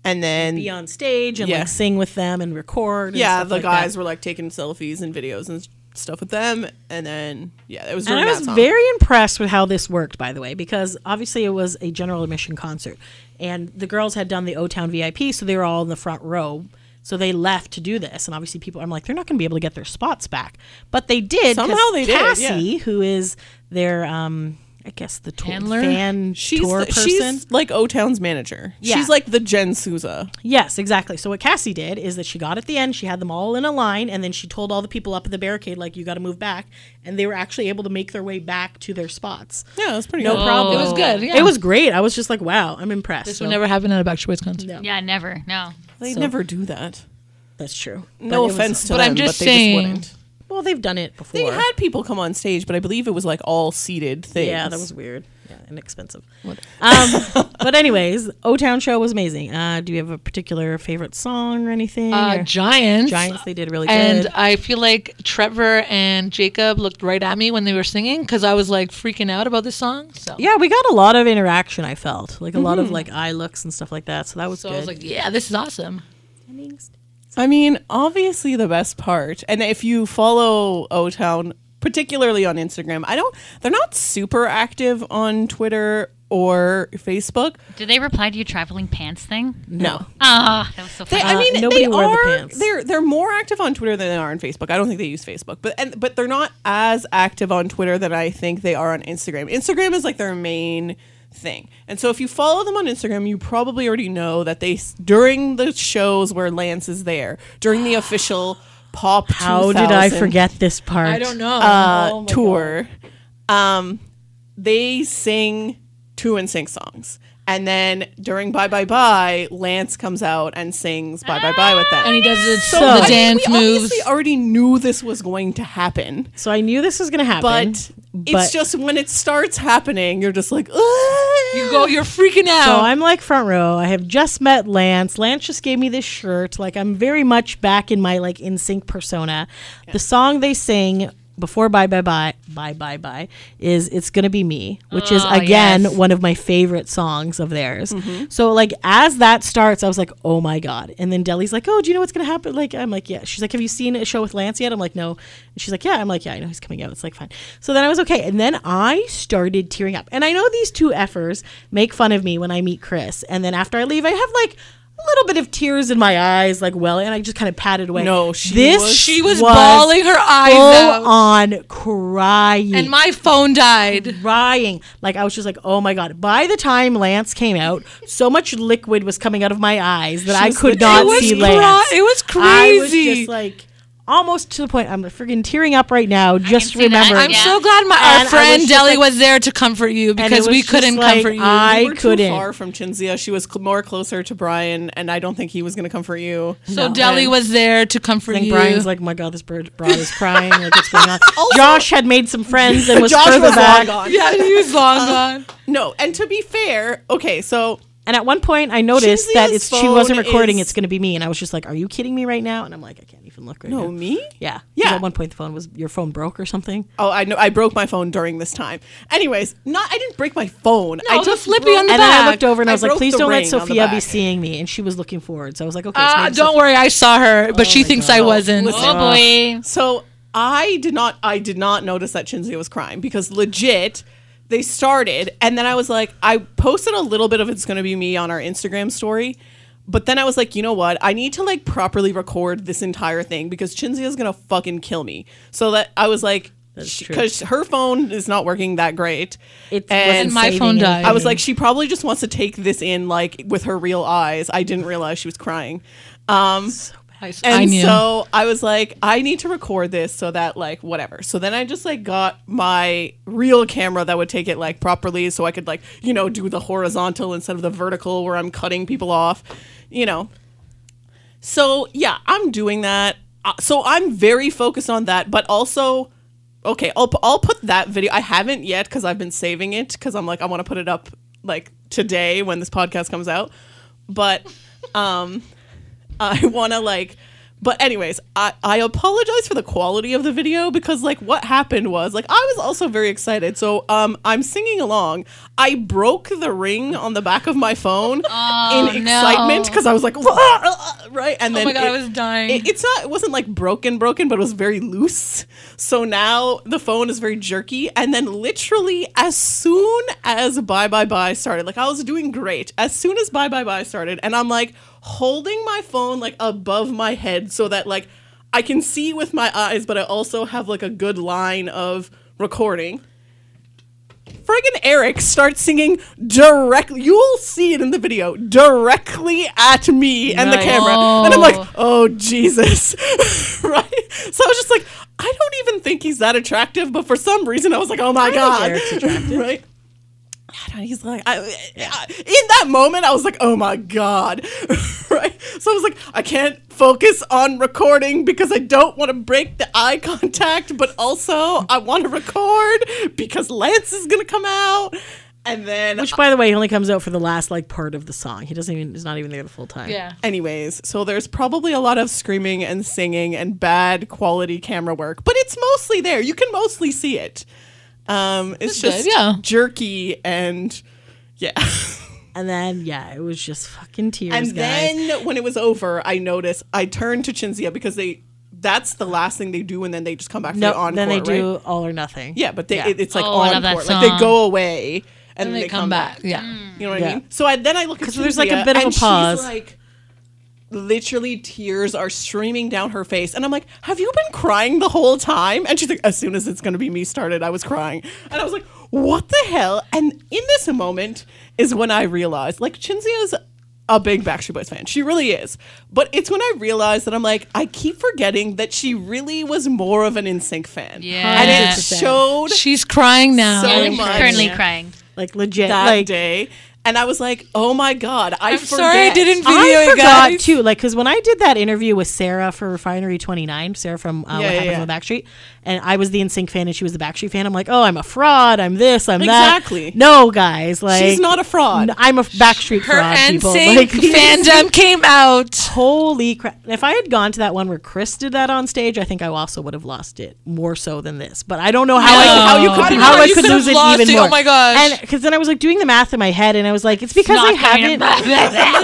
and then
Be on stage and
Yeah.
like sing with them and record. and
yeah,
stuff
the
like that.
guys were like taking selfies and videos and stuff with them, and then yeah, it was
And
during
I
that
was
song.
very impressed with how this worked, by the way, because obviously it was a general admission concert. And the girls had done the O Town VIP, so they were all in the front row. So they left to do this. And obviously, people, I'm like, they're not going to be able to get their spots back. But they did. 'cause
Somehow they did, yeah.
Cassie, who is their, um, I guess, the tour,
Handler?
fan
she's
tour
the-
person.
she's like O Town's manager.
Yeah.
She's like the Jen Souza.
Yes, exactly. So what Cassie did is that she got at the end, she had them all in a line, and then she told all the people up at the barricade, like, you got to move back. And they were actually able to make their way back to their spots.
Yeah, that's pretty.
No
good.
problem.
Oh.
It was good. Yeah.
Oh. It was great. I was just like, wow, I'm impressed.
This
So
would never happen at a Backstreet Boys concert.
No.
Yeah, never. No.
They
So-
never do that.
that's true.
No
But it was-
offense to
But
them,
I'm just
but they
saying-
just wouldn't.
well, they've done it before.
They had people come on stage, but I believe it was like all seated things.
yeah, that was weird. Yeah, and expensive. Um, but anyways, O Town show was amazing. Uh, do you have a particular favorite song or anything?
Uh,
or-
Giants.
Giants, they did really
And uh,
good.
I feel like Trevor and Jacob looked right at me when they were singing because I was like freaking out about this song. So
yeah, we got a lot of interaction. I felt like a lot of like eye looks and stuff like that. So that was
Mm-hmm. So
good.
I was like, yeah, this is awesome.
I mean, obviously the best part, and if you follow O Town, particularly on Instagram, I don't. They're not super active on Twitter or Facebook.
Do they reply to your traveling pants thing?
No,
Ah, that was so
They,
funny.
I
Uh,
mean,
nobody
they
wore the
are.
pants.
They're they're more active on Twitter than they are on Facebook. I don't think they use Facebook, but and, but they're not as active on Twitter than I think they are on Instagram. Instagram is like their main thing, and so if you follow them on Instagram, you probably already know that they s- during the shows where Lance is there during the official pop.
how did I
2000
forget Oh this part?
I don't know.
uh, tour, um, they sing two and sing songs. And then during Bye Bye Bye, Lance comes out and sings Bye Bye Bye with them.
and he does the,
So-
the
I mean,
dance
we
moves.
obviously already knew this was going to happen,
So I knew this was gonna happen,
but, it's just when it starts happening, you're just like, "Ah."
You go, you're freaking out.
So I'm like front row. I have just met Lance. Lance just gave me this shirt. Like I'm very much back in my like in sync persona. The song they sing before bye bye bye bye bye bye is it's gonna be me which is
Oh,
again
yes.
one of my favorite songs of theirs
Mm-hmm.
so like as that starts i was like oh my god and then deli's like oh do you know what's gonna happen like i'm like yeah she's like have you seen a show with lance yet i'm like no and she's like yeah i'm like yeah i know he's coming out it's like fine so then i was okay and then i started tearing up and i know these two effers make fun of me when i meet chris and then after i leave i have like a little bit of tears in my eyes like well and i just kind of patted away
No, she was-
she was, bawling her eyes out,
full on crying
and my phone died.
crying. Like I was just like, oh my god. By the time Lance came out, so much liquid was coming out of my eyes that I
was
could
the-
not
it was
see
cra-
Lance.
it was
I was
crazy.
just like almost to the point I'm freaking tearing up right now just
see that.
remembering.
I'm
I'm
Yeah.
so glad my
And I
our
was
friend
just
Deli
like-
was there to comfort you
it
because
was
we
just
couldn't
like,
comfort you.
I
We were
couldn't.
Too far from Chinzia, she was cl- more closer to Brian, and I don't think he was going to come for you.
so Deli was there to comfort
And
you.
Brian's like, my God, this bird, broad is crying. Like, what's going on? Josh had made some friends and was
Josh
further
was long
back.
gone.
yeah, he was long gone.
No, and to be fair, okay, so
And at one point, I noticed that
Chinzia's
it's she wasn't
phone
recording.
is-
It's going to be me, and I was just like, "Are you kidding me right now?" And I'm like, "I can't even look right
no
now."
oh, me.
Yeah, 'Cause
Yeah.
At one point, the phone was your phone broke or something.
Oh, I know. I broke my phone during this time. Anyways, not I didn't break my phone.
No,
I
the
just
flippy
broke-
on the
and
back.
then I looked over and I,
I
was like,
broke
"Please
the
don't let
ring on the
Sophia be
back. Ah,
seeing me." And she was looking forward, so I was like, "Okay, so
Uh,
maybe
don't worry, I saw her, but she thinks I wasn't.
oh boy.
So I did not. I did not notice that Chinzia was crying because legit, they started, and then I was like, I posted a little bit of "It's Gonna Be Me" on our Instagram story, but then I was like, you know what? I need to like properly record this entire thing because Chinzia's gonna fucking kill me. So that I was like,
true.
because her phone is not working that great.
It
And
wasn't
my
saving
phone
anything.
died.
I was like, she probably just wants to take this in like with her real eyes. I didn't realize she was crying. Um,
I,
and
I knew.
so I was like, I need to record this so that like whatever. So then I just like got my real camera that would take it like properly, so I could like you know do the horizontal instead of the vertical where I'm cutting people off, you know. So yeah, I'm doing that. Uh, So I'm very focused on that, but also, okay, I'll pu- I'll put that video. I haven't yet because I've been saving it because I'm like I want to put it up like today when this podcast comes out, but um, I want to like But anyways, I, I apologize for the quality of the video because like what happened was like I was also very excited. So um I'm singing along. I broke the ring on the back of my phone in excitement because I was like "Wah, ah, ah," right and then
Oh, my God, I
it-
was dying.
it- it's not it wasn't like broken broken but it was very loose. So now the phone is very jerky and then literally as soon as bye bye bye started like I was doing great. As soon as bye bye bye started and I'm like holding my phone like above my head so that like I can see with my eyes, but I also have like a good line of recording. Friggin' Eric starts singing directly. You'll see it in the video directly at me and the
Nice.
camera, and I'm like, oh Jesus, right? So I was just like, I don't even think he's that attractive, but for some reason, I was like, oh my god,
Eric's
right? I don't, he's like, I, I- in that moment, I was like, oh my God. right? So I was like, I can't focus on recording because I don't want to break the eye contact, but also I want to record because Lance is going to come out. And then,
Which, by the way, he only comes out for the last like part of the song. He doesn't even. He's not even there the full time.
Yeah.
anyways, so there's probably a lot of screaming and singing and bad quality camera work, but it's mostly there. You can mostly see it. Um, it's just
That's good, yeah.
jerky and yeah.
And then yeah, it was just fucking tears,
And
guys.
then when it was over, I noticed I turned to Chinzia because they that's the last thing they do, and then they just come back for
no,
the encore.
then they do
right?
all or nothing.
yeah, but they
Yeah.
It, it's like
Oh, I
encore,
love that
like they
song.
go away and,
And
then
they, come, back. Mm. Yeah.
You know what I
Yeah.
mean? So I, then I look at
'Cause there's, like, a
Chinzia,
bit of
and
a pause.
She's like literally tears are streaming down her face and i'm like have you been crying the whole time and she's like as soon as it's going to be me started i was crying and i was like what the hell and in this moment is when i realized like chinzia's a big backstreet boys fan she really is but it's when i realized that i'm like i keep forgetting that she really was more of an insync fan
Yeah.
and it
100%.
showed
She's crying now.
So
Yeah, she's
much.
currently crying.
like legit.
that
like
day and i was like oh my god i
I'm
forget.
sorry I didn't video
I
you
forgot
guys.
too, like, because when I did that interview with Sarah for Refinery 29, Sarah from uh,
Yeah,
What
yeah,
Happened
yeah.
on the Backstreet, and I was the NSYNC fan and she was the Backstreet fan. I'm like, oh, I'm a fraud. I'm this. I'm that.
Exactly.
No, guys, like,
she's not a fraud
n- I'm a f- Backstreet
Her
fraud.
NSYNC
people. Like,
fandom came out.
holy crap! If I had gone to that one where Chris did that on stage, I think I also would have lost it more so than this. But I don't know how
No.
I, how you
Oh,
could
people,
how I
you
could
could've
lose it
lost
even
it. Oh
more.
my gosh.
And because then I was like doing the math in my head, and I was like, it's because I
Snot coming
haven't.
out.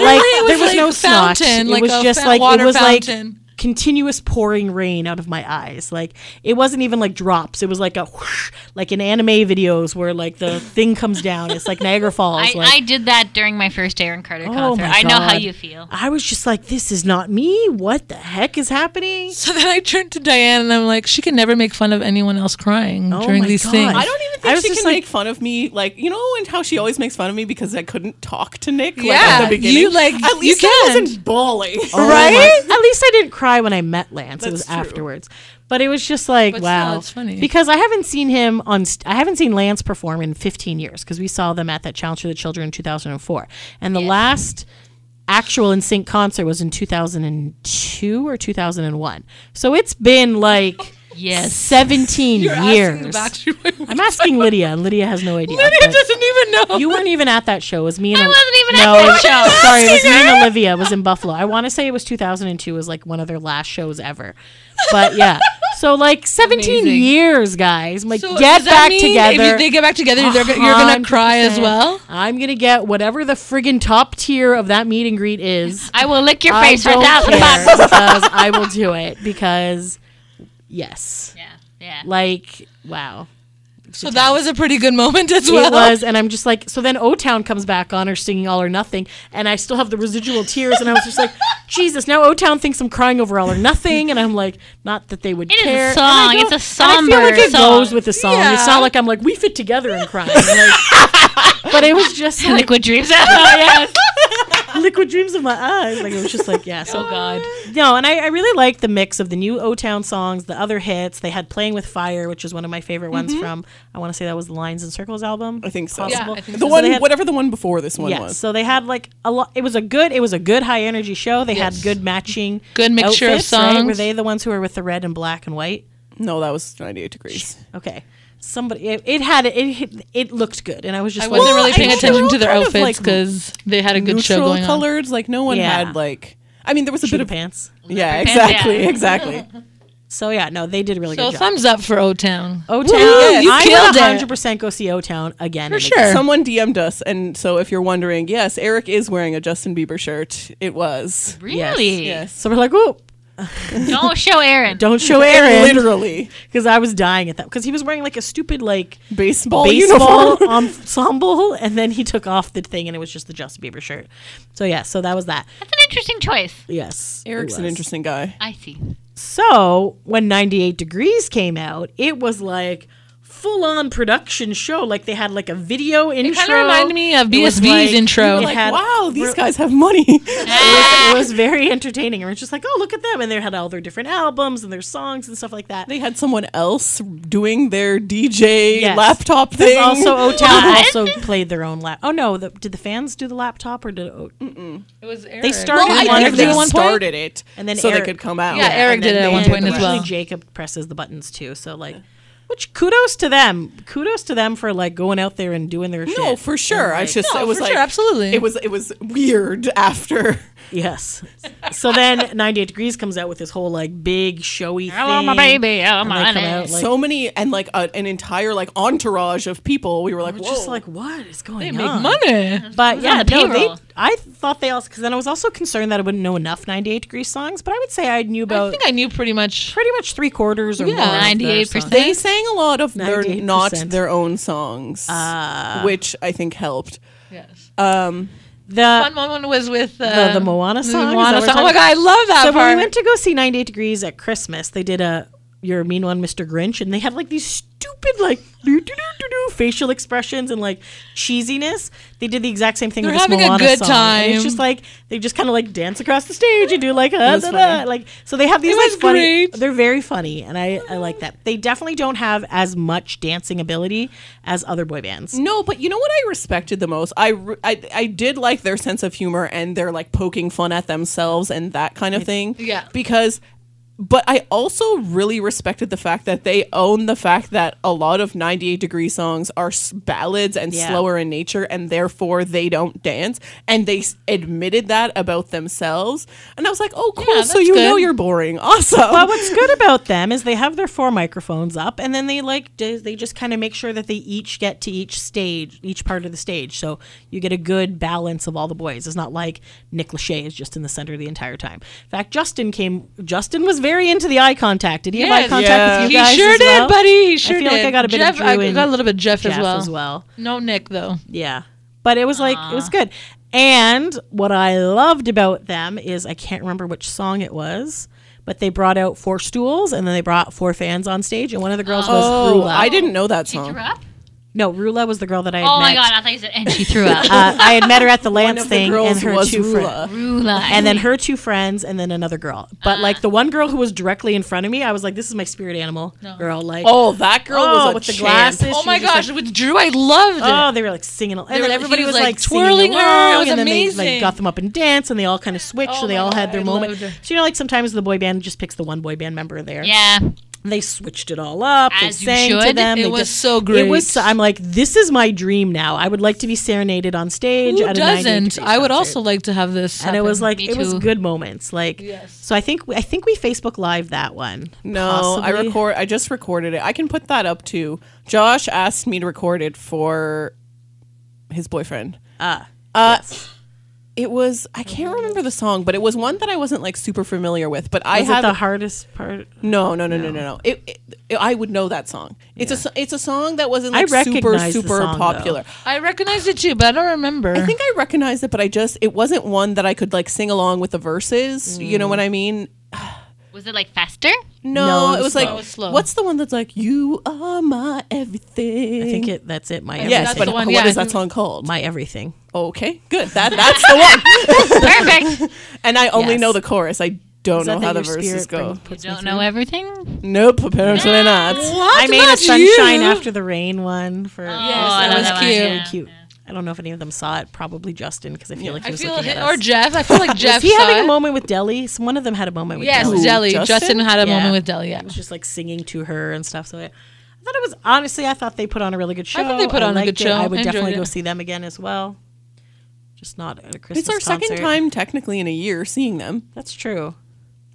like
Literally, it
there was
like
no
a
snot.
fountain,
it
like
was
a
just
fa-
like
water
it was
fountain.
like continuous pouring rain out of my eyes. Like it wasn't even like drops. It was like a whoosh, like in anime videos where like the thing comes down. It's like Niagara Falls.
I,
like,
I did that during my first Aaron Carter
oh
concert.
my
I know how
God.
you feel.
I was just like, this is not me. What the heck is happening?
So then I turned to Diane and I'm like, she can never make fun of anyone else crying
Oh
during
my
these
God.
things.
I don't even
I
think
was
she
just
can
like-
make fun of me, like you know, and how she always makes fun of me because I couldn't talk to Nick. like,
Yeah,
at the
you,
beginning.
like,
at
you
least I
can't.
wasn't bawling,
right? At least I didn't cry when I met Lance. it was
Oh That's true.
afterwards. But it was just like
But still,
wow,
it's funny.
because I haven't seen him on. St- I haven't seen Lance perform in 15 years because we saw them at that Challenge for the Children in 2004, and the last actual in sync concert was in 2002 or 2001. So it's been like
Yes.
17
You're asking
years.
the Backstreet Boys.
I'm asking Lydia, and Lydia has no idea.
Lydia
but-
doesn't even know.
you weren't even at that show. It was me and
I wasn't even at
no,
that
it was-
show.
Sorry, it was me and Olivia. It was in Buffalo. I want to say it was 2002. Was like one of their last shows ever. But yeah, so like 17
Amazing.
years, guys. I'm like,
So
get
does that
back
mean
together.
If you- they get back together, they're, go- you're gonna cry as
100%.
well.
I'm gonna get whatever the friggin' top tier of that meet and greet is.
I will lick your
I
face for a
don't
thousand
care
bucks.
because I will do it because yes,
Yeah. Yeah.
like wow.
So that was a pretty good moment as well.
It was, and I'm just like, so then O Town comes back on her singing All or Nothing, and I still have the residual tears, and I was just like, Jesus, now O Town thinks I'm crying over All or Nothing, and I'm like, not that they would
It is a
care. And
song.
I don't-
It's a
and I feel like
somber
it
song.
goes with the song. It's
Yeah.
not like I'm like we fit together and crying, like, but it was just like
Liquid dreams.
liquid dreams of my eyes. Like it was just like yeah. So
God.
no, and I, I really like the mix of the new O Town songs, the other hits. They had Playing with Fire, which is one of my favorite ones from I want to say that was the Lines and Circles album.
I think so.
Mm-hmm. Yeah, I think
the
so.
one,
So they had-
whatever the one before this one
Yeah,
was.
so they had like a lot. It was a good. It was a good high energy show. They
Yes.
had good matching,
Good mixture of
outfits, right? Were
songs.
they the ones who were with the red and black and white?
no, that was 98 degrees.
Okay, somebody. It, it had it. It looked good, and I was just.
I wasn't
like,
Well,
really
I
paying
think they're
attention
all
to their
kind of,
outfits
like,
because they had a good show
Neutral
going on.
colors, like no one
Yeah.
had like. I mean, there was a
Shoot
bit of
pants.
yeah,
Leopard pants,
exactly,
yeah.
exactly.
So yeah, no, they did a really
So
good job.
thumbs up for O Town.
O Town,
Woo, you
I
killed
would
it.
100 percent go see O Town again
For
and
sure.
again.
Someone DM'd us, and so if you're wondering, yes, Eric is wearing a Justin Bieber shirt. It was
Really?
yes,
So we're like, oh,
Don't show Aaron.
don't show Aaron
literally
because I was dying at that because he was wearing like a stupid like
baseball,
baseball
uniform.
ensemble, and then he took off the thing and it was just the Justin Bieber shirt. So yeah, so that was that.
That's an interesting choice.
Yes, it
Eric's an
was.
interesting guy.
I see.
So when 98 Degrees came out, it was like full on production show. Like they had like a video
It
intro.
kind of reminded me of
It was
BSV's
like-
intro.
It
Like,
had-
wow, these guys have money.
It was, it was very entertaining. And we're just like, oh, look at them. And they had all their different albums and their songs and stuff like that.
they had someone else doing their DJ
Yes.
laptop thing.
also, O Town also played their own lap. Oh no, the, did the fans do the laptop or did o-
It was Eric.
they started
I
one
think
of
they
them?
one point.
started it,
And then
so
Eric-
they could come out.
Yeah, Eric
and
did
then
it at
they
one
did
point
the
as
rest.
well.
Usually Jacob presses the buttons too, so like, which kudos to them. Kudos to them for like going out there and doing their shit.
No, for sure. I just
No,
it was
for
like
sure, absolutely.
It was it was weird after.
Yes. So then 98 Degrees comes out with this whole like big showy
Hello,
thing.
my baby. Hello,
And
my
they come
honey.
out, like,
so many and like a, an entire like entourage of people. We were like,
we're
whoa.
just like, what is going
They
on?
make money.
But
Who's
yeah,
on the
no, they,
payroll?
I thought they also, because then I was also concerned that I wouldn't know enough 98 Degrees songs, but I would say I knew
I
about
think I knew pretty much.
pretty much three quarters or
Yeah,
more. of their
98%.
songs.
they sang a lot of their not
98%.
their own songs, which I think helped.
Yes.
Um,
The,
One Uh, moment was with uh,
the, the Moana song. is that
Moana
what we're
song. Oh my
talking
god, I love that
so
part.
when we went to go see 98 Degrees at Christmas, they did a You're a Mean One, Mr. Grinch, and they had like these stupid like doo doo doo doo doo facial expressions and like cheesiness. They did the exact same thing
They're
with this
having a
Moana
good
song. And
time.
it's just like they just kind of like dance across the stage and do like ah,
was
da, da.
funny.
like so they have these
It was
like funny.
great.
They're very funny, and I I like that. They definitely don't have as much dancing ability as other boy bands.
no, but you know what I respected the most? I, re- I I did like their sense of humor and their like poking fun at themselves and that kind of thing.
Yeah.
because. But I also really respected the fact that they own the fact that a lot of 98 Degree songs are s- ballads and
Yeah.
slower in nature, and therefore they don't dance. And they s- admitted that about themselves. And I was like, oh, cool.
Yeah,
so
that's
you know
good.
you're boring. Awesome.
But what's good about them is they have their four microphones up, and then they like d- they just kind of make sure that they each get to each stage, each part of the stage, so you get a good balance of all the boys. It's not like Nick Lachey is just in the center the entire time. In fact, Justin came. Justin was very into the eye contact. Did he have eye
Yes.
contact
Yeah.
with
he
you guys?
sure
as
did,
well?
buddy. He sure
I feel
did.
like I got a bit
Jeff,
of Drew
I
and
got a little bit of Jeff, as, well.
as well.
No Nick though.
Yeah. But it was like it was good. And what I loved about them is I can't remember which song it was, but they brought out four stools and then they brought four fans on stage and one of the girls was
Oh,
Rula.
I didn't know that
She
song.
threw up?
no, Rula was the girl that I had
Oh
met.
my god, I thought you said, and she threw up.
Uh, I had met her at the Lance
of the
thing
girls
and her
was
two friends.
Rula.
Rula.
and then her two friends and then another girl. But like
Uh.
the one girl who was directly in front of me, I was like, This is my spirit animal girl. Like
Oh, that girl
Oh,
was a
with the
champ.
glasses.
Oh
She
my
was just
gosh, with Drew, I loved it.
Oh, they were like singing, and
were-
then
he
everybody
was,
was,
like,
like singing
twirling her. It
along,
was
and then they like
amazing.
got them up and danced, and they all kind of switched,
Oh
and they
my
all had
God,
their
I
moment.
loved it.
So you know, like sometimes the boy band just picks the one boy band member there.
yeah.
They switched it all up.
As
they sang
you
to
should.
them.
It
they
was
just-
so
It was.
great.
So, I'm like, this is my dream now. I would like to be serenaded on stage.
Who
at a 98
doesn't?
Degrees
I would
concert.
also like to have this.
And it was
happen.
like
Me
it was
too.
good moments. Like
Yes.
so, I think we- I think we Facebook Live that one.
No, I
possibly.
record. I just recorded it. I can put that up too. Josh asked me to record it for his boyfriend.
Ah,
Uh,
yes.
It was. I can't remember the song, but it was one that I wasn't like super familiar with. But I
Was it
have
the hardest part?
no, no, no, no, no, no. It, it, it- I would know that song. It's a. so- It's a song that wasn't
I
like super
recognize the
super
song,
popular.
I recognized it too, but I don't remember.
I think I recognized it, but I just it wasn't one that I could like sing along with the verses. You
Mm.
know what I mean?
Was it like faster?
No,
it
it was
was
like
slow. It
was slow.
what's the one that's like you are my everything?
I think it. That's it. My
Yes,
That's
but
the one,
what
yeah,
is
I
that
think-
song called?
my everything.
okay, good. That that's the one.
Perfect.
And I only
Yes.
know the chorus. I don't
Is that
know how
that
the
your
verses
spirit
go.
bring- puts
you
me
don't
through?
know everything?
Nope, apparently not.
What?
I made
Not
a sunshine
you.
after the rain one for.
I
know
it was
Oh, that one,
cute.
yeah,
Really cute. I don't know if any of them saw it. Probably Justin because I feel like he
I
was
feel
looking at
hit,
us.
or Jeff. I feel like Jeff.
was he
saw
having
it.
a moment with Deli? Some one of them had a moment with
Yes,
Deli.
Ooh,
Deli.
Justin?
Justin? had a
Yeah.
moment with Deli. Yeah.
It was just like singing to her and stuff. So I, I thought it was honestly, I thought they put on a really good show.
I thought they put on a
liked
good
it.
show.
I would
I enjoyed
definitely
it.
go see them again as well. Just not at a Christmas
It's our second
concert.
time technically in a year seeing them.
That's true.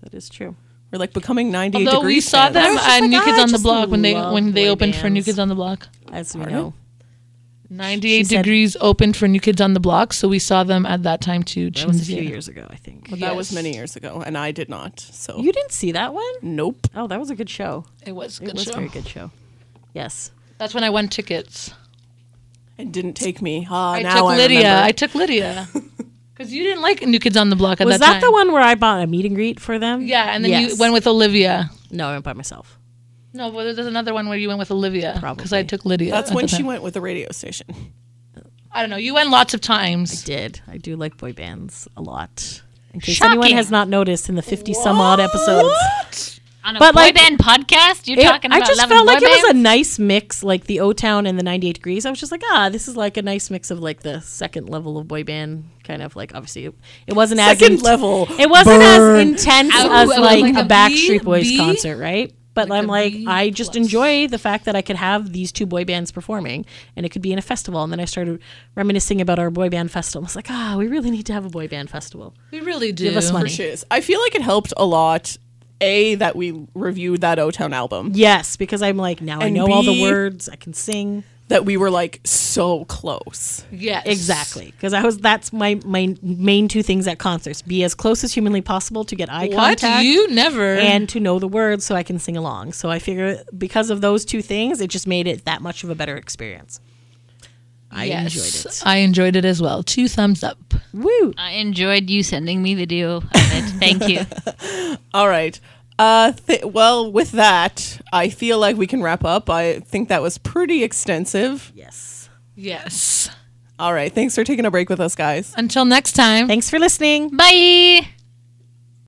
That is true.
We're like becoming 98
Although
degrees.
we saw
fans.
them
was
at
just like,
New
"Ah,
Kids on the
just
Block when they when
love
they
boy
opened for New
bands."
Kids on the Block.
As we know.
98
said-
degrees opened for New Kids on the Block, so we saw them at that time too.
That was a few
Chinzia.
years ago, I think.
But that was many years ago, and I did not. So
You didn't see that one?
nope.
Oh, that was a good show.
It was a
It
good
was a
show.
very good show. Yes.
That's when I won tickets.
It didn't take me. Ah,
I
now
took
I
Lydia.
remember.
I took Lydia because you didn't like New Kids on the Block at
Was
that time.
that, the one where I bought a meet and greet for them?
Yeah, and then you
Yes.
went with Olivia.
No, I went by myself.
No, well, there's another one where you went with Olivia because I
Probably.
took Lydia.
That's
at
when
the
she
time.
went with the radio station.
I don't know. You went lots of times.
Did. I do like boy bands a lot. In case
Shocking.
anyone has not noticed in the 50 some odd episodes.
On a
But,
boy
like,
band podcast, you're
It-
talking about
I just
loving
felt like
boy
it was a
bands?
nice mix, like the O Town and the 98 Degrees. I was just like, ah, this is like a nice mix of like the second level of boy band, kind of like obviously it, it wasn't as
Second
int-
level.
It wasn't
Burn.
as intense
Ow,
as
I was
like,
like
a
a
Backstreet
B,
Boys
B?
concert, right? But
Like
I'm
a
like,
B
I just
plus.
enjoy the fact that I could have these two boy bands performing, and it could be in a festival. And then I started reminiscing about our boy band festival. I was like, ah, we really need to have a boy band festival.
We really do.
Give us money.
Shiz. I feel like it helped a lot. A that we reviewed that O Town album.
Yes, because I'm like now I
And
know all the
B-
words, I can sing.
That we were like so close.
Yes.
Exactly, because I was that's my my main two things at concerts: be as close as humanly possible to get eye
What?
contact,
You never.
and to know the words so I can sing along. So I figure because of those two things, it just made it that much of a better experience. I enjoyed it.
I enjoyed it as well. Two thumbs up.
Woo!
I enjoyed you sending me video of it. Thank you.
All right. Uh, th- well, with that, I feel like we can wrap up. I think that was pretty extensive.
Yes.
Yes.
All right. Thanks for taking a break with us, guys.
Until next time.
Thanks for listening.
Bye.